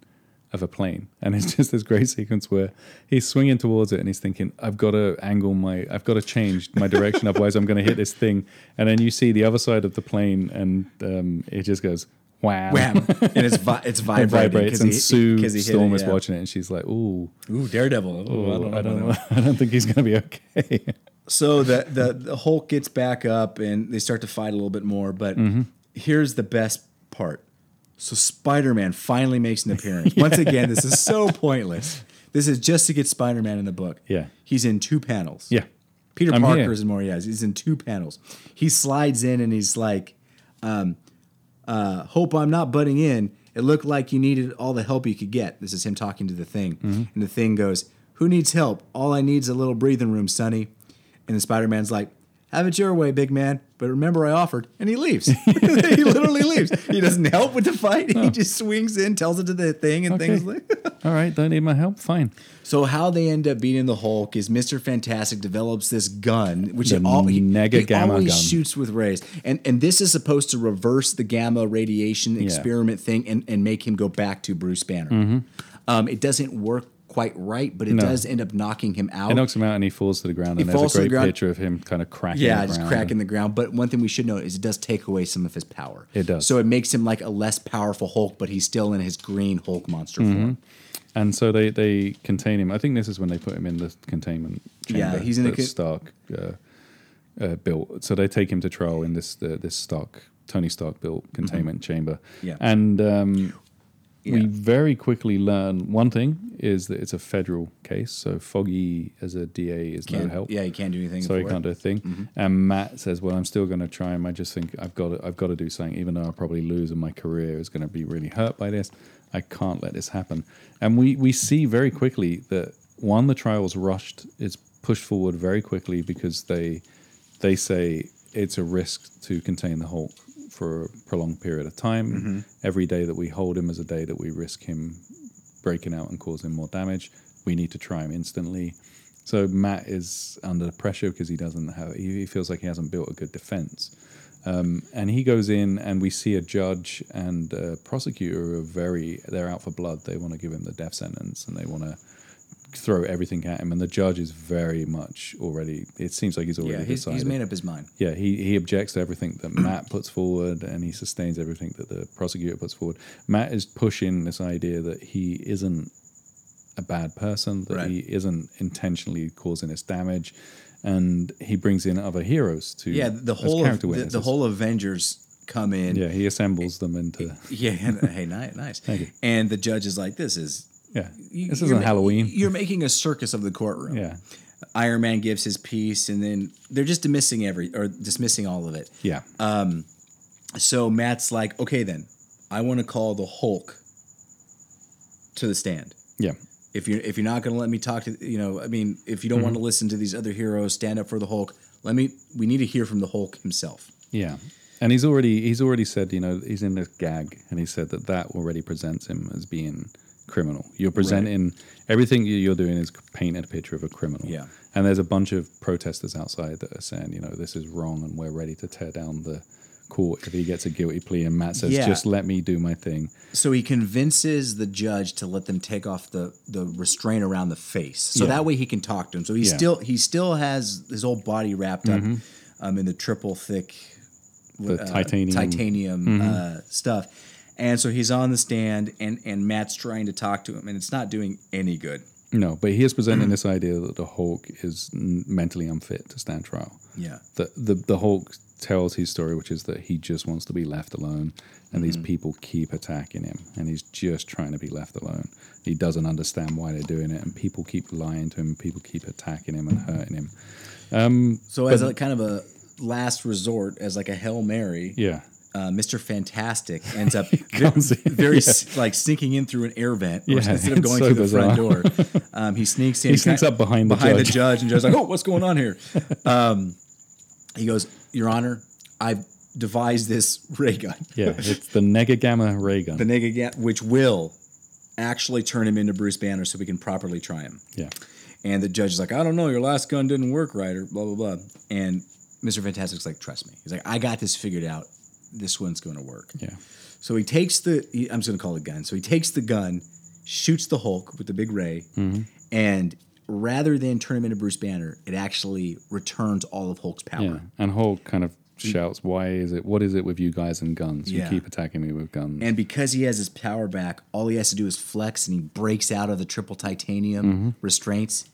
Speaker 2: of a plane and it's just this great sequence where he's swinging towards it and he's thinking I've got to angle my I've got to change my direction otherwise I'm going to hit this thing and then you see the other side of the plane and um, it just goes wham
Speaker 1: wham, and it's vi- it's
Speaker 2: it
Speaker 1: vibrating
Speaker 2: vibrates
Speaker 1: 'cause
Speaker 2: and
Speaker 1: he-
Speaker 2: Sue
Speaker 1: 'cause he hit
Speaker 2: Storm
Speaker 1: it,
Speaker 2: is
Speaker 1: yeah.
Speaker 2: watching it and she's like ooh
Speaker 1: Ooh, Daredevil. Ooh, I don't know.
Speaker 2: I don't, know. I don't think he's going to be okay.
Speaker 1: So the, the the Hulk gets back up and they start to fight a little bit more. But
Speaker 2: Mm-hmm.
Speaker 1: here's the best part. So Spider Man finally makes an appearance. Once again, this is so pointless. This is just to get Spider Man in the book.
Speaker 2: Yeah.
Speaker 1: he's in two panels.
Speaker 2: yeah.
Speaker 1: Peter
Speaker 2: I'm
Speaker 1: Parker
Speaker 2: here.
Speaker 1: is in more. Yeah, he's in two panels. He slides in and he's like, um, uh, "Hope I'm not butting in." It looked like you needed all the help you could get. This is him talking to the thing,
Speaker 2: Mm-hmm.
Speaker 1: and the thing goes, "Who needs help? All I need's a little breathing room, Sonny." And the Spider Man's like, "Have it your way, big man." But remember, I offered, and he leaves. he literally leaves. He doesn't help with the fight. He just swings in, tells it to the thing, and
Speaker 2: Okay.
Speaker 1: things like.
Speaker 2: All right. Don't need my help. Fine.
Speaker 1: So how they end up beating the Hulk is Mister Fantastic develops this gun, which
Speaker 2: The
Speaker 1: it all, he,
Speaker 2: Nega
Speaker 1: he
Speaker 2: Gamma
Speaker 1: always
Speaker 2: gun.
Speaker 1: shoots with rays, and and this is supposed to reverse the gamma radiation experiment thing and and make him go back to Bruce Banner.
Speaker 2: Mm-hmm.
Speaker 1: Um, it doesn't work quite right, but it does end up knocking him out.
Speaker 2: It knocks him out and he falls to the ground. and
Speaker 1: Oh. falls
Speaker 2: there's
Speaker 1: to
Speaker 2: a
Speaker 1: the
Speaker 2: great
Speaker 1: ground.
Speaker 2: picture of him kind of cracking.
Speaker 1: yeah,
Speaker 2: the
Speaker 1: just
Speaker 2: ground.
Speaker 1: cracking the ground. But one thing we should note is it does take away some of his power.
Speaker 2: It does.
Speaker 1: So it makes him like a less powerful Hulk, but he's still in his green Hulk monster
Speaker 2: Mm-hmm.
Speaker 1: form.
Speaker 2: And so they, they contain him. I think this is when they put him in the containment
Speaker 1: Yeah,
Speaker 2: chamber.
Speaker 1: he's in a
Speaker 2: that
Speaker 1: con-
Speaker 2: Stark uh, uh, built. So they take him to trial in this uh, this Stark Tony Stark built containment chamber.
Speaker 1: Mm-hmm. Yeah.
Speaker 2: And um, we
Speaker 1: Yeah.
Speaker 2: very quickly learn one thing is that it's a federal case. So Foggy as a DA is
Speaker 1: Can't-
Speaker 2: no help.
Speaker 1: Yeah, he can't do anything.
Speaker 2: Sorry,
Speaker 1: for it. Mm-hmm.
Speaker 2: can't do a thing. And Matt says, "Well, I'm still going to try him. I just think I've got to, I've got to do something, even though I probably lose and my career is going to be really hurt by this. I can't let this happen." And we we see very quickly that one, the trial's rushed. It's pushed forward very quickly because they they say it's a risk to contain the Hulk for a prolonged period of time.
Speaker 1: Mm-hmm.
Speaker 2: Every day that we hold him is a day that we risk him breaking out and causing more damage. We need to try him instantly. So Matt is under pressure because he doesn't have. He, he feels like he hasn't built a good defense. Um, and he goes in, and we see a judge and a prosecutor are very. They're out for blood. They want to give him the death sentence, and they want to throw everything at him. And the judge is very much already. It seems like he's already
Speaker 1: Yeah, he's,
Speaker 2: decided.
Speaker 1: he's made up his mind.
Speaker 2: Yeah, he, he objects to everything that Matt puts forward and he sustains everything that the prosecutor puts forward. Matt is pushing this idea that he isn't a bad person, that
Speaker 1: Right.
Speaker 2: he isn't intentionally causing us damage, and he brings in other heroes to
Speaker 1: Yeah, the
Speaker 2: as
Speaker 1: whole of,
Speaker 2: character
Speaker 1: the, the
Speaker 2: witnesses.
Speaker 1: whole Avengers come in.
Speaker 2: yeah he assembles them into
Speaker 1: Yeah, and, hey, nice, nice.
Speaker 2: you.
Speaker 1: And the judge is like, "This is
Speaker 2: yeah
Speaker 1: you-
Speaker 2: this
Speaker 1: you're
Speaker 2: isn't
Speaker 1: ma-
Speaker 2: Halloween
Speaker 1: You're making a circus of the courtroom."
Speaker 2: yeah
Speaker 1: Iron Man gives his piece, and then they're just dismissing every or dismissing all of it.
Speaker 2: yeah
Speaker 1: Uh, So Matt's like, "Okay, then, I want to call the Hulk to the stand."
Speaker 2: yeah
Speaker 1: if you're if you're not going to let me talk to you know i mean if you don't
Speaker 2: Mm-hmm.
Speaker 1: want to listen to these other heroes stand up for the hulk let me we need to hear from the hulk himself
Speaker 2: yeah and he's already he's already said you know he's in this gag and he said that that already presents him as being criminal you're presenting everything you- you're doing is painting a picture of a criminal
Speaker 1: Yeah.
Speaker 2: and there's a bunch of protesters outside that are saying you know this is wrong and we're ready to tear down the court if he gets a guilty plea and matt says
Speaker 1: Yeah.
Speaker 2: just let me do my thing
Speaker 1: so he convinces the judge to let them take off the the restraint around the face so
Speaker 2: Yeah.
Speaker 1: that way he can talk to him so he
Speaker 2: Yeah. Mm-hmm.
Speaker 1: still he still has his whole body wrapped up um, in the triple thick
Speaker 2: the
Speaker 1: uh,
Speaker 2: titanium Mm-hmm.
Speaker 1: titanium, uh, stuff and so he's on the stand and and matt's trying to talk to him and it's not doing any good
Speaker 2: no but he is
Speaker 1: Mm.
Speaker 2: presenting this idea that the hulk is n- mentally unfit to stand trial
Speaker 1: yeah
Speaker 2: the, the the Hulk tells his story, which is that he just wants to be left alone, and these
Speaker 1: Mm-hmm.
Speaker 2: people keep attacking him, and he's just trying to be left alone. He doesn't understand why they're doing it, and people keep lying to him, people keep attacking him and hurting him.
Speaker 1: so as a kind of a last resort as like a hail mary
Speaker 2: Yeah,
Speaker 1: uh, Mr. Fantastic ends up
Speaker 2: Comes
Speaker 1: very,
Speaker 2: in,
Speaker 1: very
Speaker 2: yeah.
Speaker 1: s- like sneaking in through an air vent or
Speaker 2: Yeah,
Speaker 1: instead of
Speaker 2: it's
Speaker 1: going
Speaker 2: so
Speaker 1: through the front door. Um, he sneaks in.
Speaker 2: He sneaks up behind the
Speaker 1: behind the
Speaker 2: judge.
Speaker 1: judge and judge's like, "Oh, what's going on here?" Um, he goes, "Your Honor, I've devised this ray gun,
Speaker 2: yeah, it's the Nega Gamma ray gun.
Speaker 1: the nigga, ga- which will actually turn him into Bruce Banner, so we can properly try him."
Speaker 2: yeah,
Speaker 1: And the judge is like, I don't know, your last gun didn't work right, or blah, blah, blah. And Mr. Fantastic's like, trust me. He's like, I got this figured out. This one's going to work.
Speaker 2: yeah,
Speaker 1: So he takes the, he, I'm just going to call it a gun. So he takes the gun, shoots the Hulk with the big ray,
Speaker 2: Mm-hmm.
Speaker 1: and rather than turn him into Bruce Banner, it actually returns all of Hulk's power.
Speaker 2: yeah. And Hulk kind of shouts, "Why is it? What is it with you guys and guns? You
Speaker 1: Mm. Yeah.
Speaker 2: keep attacking me with guns."
Speaker 1: And because he has his power back, all he has to do is flex, and he breaks out of the triple titanium
Speaker 2: Mm-hmm.
Speaker 1: restraints,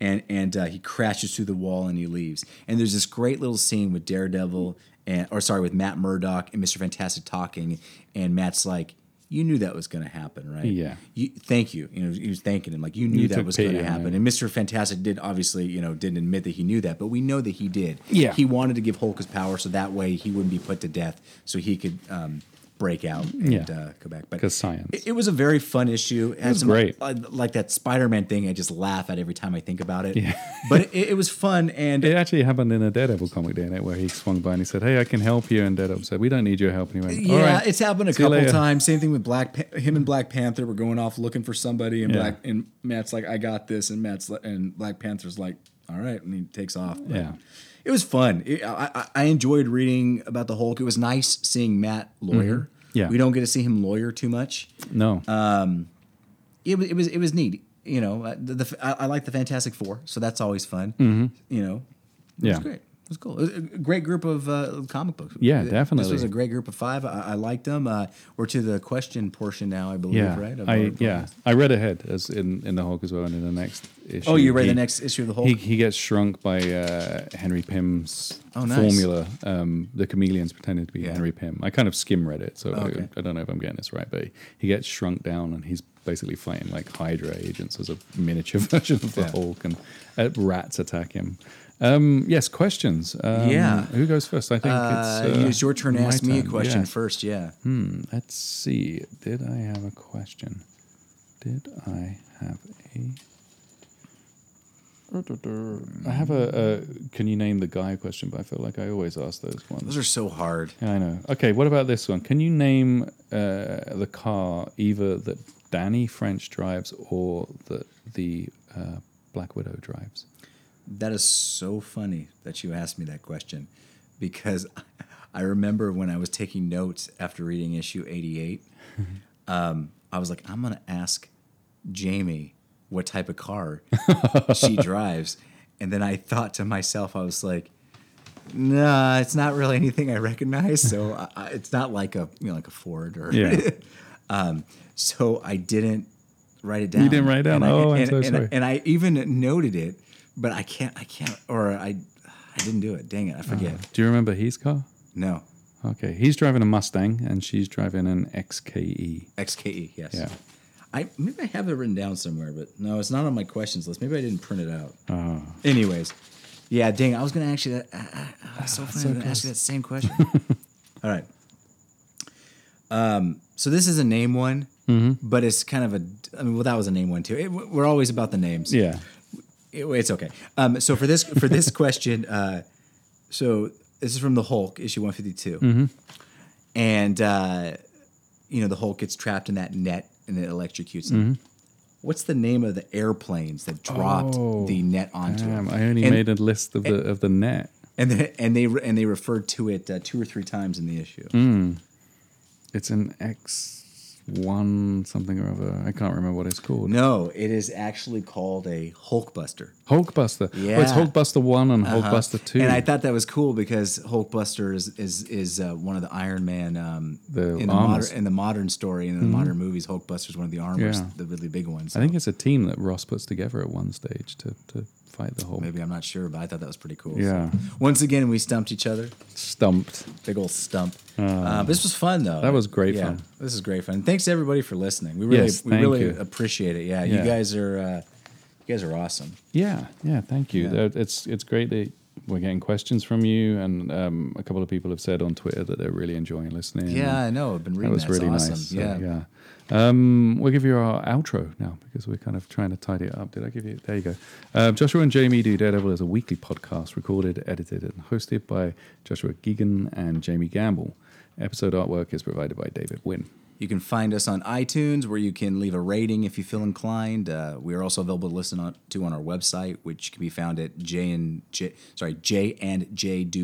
Speaker 1: and and uh, he crashes through the wall and he leaves. And there's this great little scene with Daredevil and, or sorry, with Matt Murdock and Mister Fantastic talking, and Matt's like, "You knew that was going to happen, right?
Speaker 2: Yeah.
Speaker 1: You, thank you. You know, he was thanking him like you knew that
Speaker 2: took
Speaker 1: was going
Speaker 2: pity
Speaker 1: to
Speaker 2: on
Speaker 1: happen."
Speaker 2: him.
Speaker 1: And Mister Fantastic did obviously, you know, didn't admit that he knew that, but we know that he did.
Speaker 2: Yeah.
Speaker 1: He wanted to give Hulk his power so that way he wouldn't be put to death, so he could. Um, break out and
Speaker 2: Yeah.
Speaker 1: uh, go back. But
Speaker 2: 'Cause science.
Speaker 1: It, it was a very fun issue. It, had some,
Speaker 2: great.
Speaker 1: uh, like that Spider-Man thing, I just laugh at every time I think about it. but it, it was fun, and
Speaker 2: It actually happened in a Daredevil comic, didn't it? Where he swung by and he said, "Hey, I can help you." And Daredevil said, "We don't need your help." And he went, "All
Speaker 1: yeah,
Speaker 2: right."
Speaker 1: it's happened a
Speaker 2: you
Speaker 1: couple
Speaker 2: later.
Speaker 1: times. Same thing with Black. Pa- him and Black Panther were going off looking for somebody, and
Speaker 2: Yeah.
Speaker 1: Black and Matt's like, "I got this," and Matt's li- and Black Panther's like, "All right," and he takes off. But
Speaker 2: Yeah.
Speaker 1: It was fun. It- I, I- I enjoyed reading about the Hulk. It was nice seeing Matt lawyer.
Speaker 2: Mm-hmm. Yeah.
Speaker 1: We don't get to see him lawyer too much.
Speaker 2: no,
Speaker 1: Uh, it was it was it was neat. You know, uh, the, the I, I like the Fantastic Four, so that's always fun. You know, it
Speaker 2: Mm-hmm. yeah,
Speaker 1: was great. It was cool. It was a great group of uh, comic books.
Speaker 2: Yeah,
Speaker 1: Th- This
Speaker 2: definitely.
Speaker 1: was a great group of five. I, I liked them. Uh, we're to the question portion now, I believe.
Speaker 2: yeah.
Speaker 1: Right? Of
Speaker 2: I
Speaker 1: our-
Speaker 2: yeah, I read ahead as in in the Hulk as well, and in the next issue.
Speaker 1: Oh, you read
Speaker 2: he-
Speaker 1: the next issue of the Hulk.
Speaker 2: He, he gets shrunk by uh, Henry Pym's
Speaker 1: Oh, nice.
Speaker 2: formula. Um, the chameleons pretending to be
Speaker 1: Yeah.
Speaker 2: Henry Pym. I kind of skim read it, so
Speaker 1: Okay.
Speaker 2: I, I don't know if I'm getting this right, but he gets shrunk down and he's basically fighting like Hydra agents as a miniature version of the
Speaker 1: Yeah.
Speaker 2: Hulk, and uh, rats attack him. Um, yes, questions. Um,
Speaker 1: Yeah.
Speaker 2: who goes first? I think
Speaker 1: uh,
Speaker 2: it's, uh,
Speaker 1: it's your turn to
Speaker 2: my
Speaker 1: ask me a
Speaker 2: turn,
Speaker 1: question
Speaker 2: yeah. Hmm.
Speaker 1: first. Yeah.
Speaker 2: Let's see. Did I have a question? Did I have a? I have a, a. Can you name the guy question? But I feel like I always ask those ones.
Speaker 1: Those are so hard.
Speaker 2: Yeah, I know. Okay, what about this one? Can you name uh, the car either that Danny French drives or that the uh, Black Widow drives?
Speaker 1: That is so funny that you asked me that question because I remember when I was taking notes after reading issue 88, um, I was like, I'm going to ask Jamie what type of car she drives. And then I thought to myself, I was like, nah, it's not really anything I recognize. So I, Um, I, it's not like a, you know, like a Ford or,
Speaker 2: Yeah.
Speaker 1: so I didn't. write it down.
Speaker 2: didn't write it down.
Speaker 1: And I-
Speaker 2: Oh, I'm
Speaker 1: and,
Speaker 2: so
Speaker 1: and-
Speaker 2: sorry.
Speaker 1: And I even noted it, but I can't. I can't. Or I, I didn't do it. Dang it! I forget.
Speaker 2: Do you remember his car?
Speaker 1: no.
Speaker 2: Okay, he's driving a Mustang and she's driving an E. XKE.
Speaker 1: XKE. E, Yes.
Speaker 2: Yeah.
Speaker 1: I maybe I have it written down somewhere, but no, it's not on my questions list. Maybe I didn't print it out. Anyways, yeah, dang, I was gonna ask you that. I, I, I was so funny. I'm gonna ask you that same question. All right. Um, so this is a name one, but it's kind of a. I mean, well, that was a name one too. It, we're always about the names.
Speaker 2: Yeah.
Speaker 1: It- it's okay. Um, so for this for this question, uh, so this is from the Hulk issue one
Speaker 2: Mm-hmm.
Speaker 1: and uh, you know the Hulk gets trapped in that net and it electrocutes him.
Speaker 2: Mm-hmm.
Speaker 1: What's the name of the airplanes that dropped
Speaker 2: Oh,
Speaker 1: the net onto
Speaker 2: Damn,
Speaker 1: him?
Speaker 2: I only
Speaker 1: and,
Speaker 2: made a list of the of the net.
Speaker 1: and they, and they and they referred to it uh, two or three times in the issue.
Speaker 2: Hmm. It's an X one something or other. I can't remember what it's called.
Speaker 1: No, it is actually called a Hulkbuster.
Speaker 2: Hulkbuster. Oh, it's
Speaker 1: Yeah. Uh-huh.
Speaker 2: Hulkbuster one and Hulkbuster two.
Speaker 1: Uh, And I thought that was cool because Hulkbuster is is is uh, one of the Iron Man um,
Speaker 2: The
Speaker 1: in the
Speaker 2: armors. Mm-hmm.
Speaker 1: modern in the modern story and in the modern movies. Hulkbuster is one of the armors,
Speaker 2: Yeah.
Speaker 1: the really big ones.
Speaker 2: I think it's a team that Ross puts together at one stage to, to fight the Hulk.
Speaker 1: Maybe I'm not sure, but I thought that was pretty cool.
Speaker 2: Yeah.
Speaker 1: So, once again, we stumped each other.
Speaker 2: Stumped.
Speaker 1: Big old stump. Uh, this was fun though.
Speaker 2: That was great
Speaker 1: Yeah,
Speaker 2: fun.
Speaker 1: This is great fun. Thanks everybody for listening. We really
Speaker 2: Yes,
Speaker 1: we
Speaker 2: thank
Speaker 1: really
Speaker 2: you.
Speaker 1: appreciate it. Yeah,
Speaker 2: Yeah.
Speaker 1: you guys are uh, you guys are awesome.
Speaker 2: Yeah, yeah. Thank you.
Speaker 1: Yeah.
Speaker 2: That- It's it's great that we're getting questions from you, and um, a couple of people have said on Twitter that they're really enjoying listening.
Speaker 1: Yeah,
Speaker 2: And
Speaker 1: I know. I've been
Speaker 2: that
Speaker 1: reading
Speaker 2: was
Speaker 1: that. It's
Speaker 2: really
Speaker 1: awesome.
Speaker 2: nice. So,
Speaker 1: yeah.
Speaker 2: yeah. Um, we'll give you our outro now because we're kind of trying to tidy it up. Did I give you? There you go. Uh, Joshua and Jamie do Daredevil is a weekly podcast recorded, edited, and hosted by Joshua Geegan and Jamie Gamble. Episode artwork is provided by David Wynn.
Speaker 1: You can find us on iTunes, where you can leave a rating if you feel inclined. Uh, we are also available to listen on, to on our website, which can be found at j and j sorry j and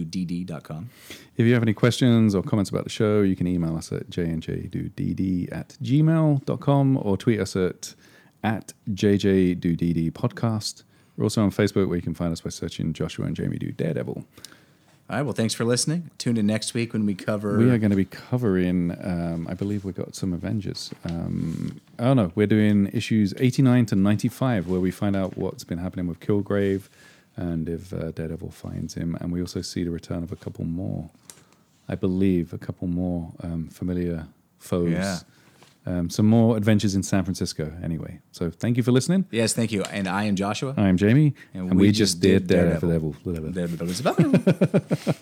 Speaker 1: jddd.com.
Speaker 2: If you have any questions or comments about the show, you can email us at jnjdudd at gmail.com or tweet us at, at jjdudd podcast. We're also on Facebook where you can find us by searching Joshua and Jamie Do Daredevil.
Speaker 1: All right. Well, thanks for listening. Tune in next week when we cover.
Speaker 2: We are going to be covering, um, I believe we got some Avengers. Um, oh no, we're doing issues 89 to 95 where we find out what's been happening with Kilgrave and if uh, Daredevil finds him. And we also see the return of a couple more, I believe, a couple more um, familiar foes.
Speaker 1: Yeah.
Speaker 2: Um, some more adventures in San Francisco, anyway. So thank you for listening.
Speaker 1: yes, thank you. And
Speaker 2: Uh,
Speaker 1: I am Joshua.
Speaker 2: I'm Jamie,
Speaker 1: And we just did Daredevil.
Speaker 2: Daredevil.
Speaker 1: Daredevil.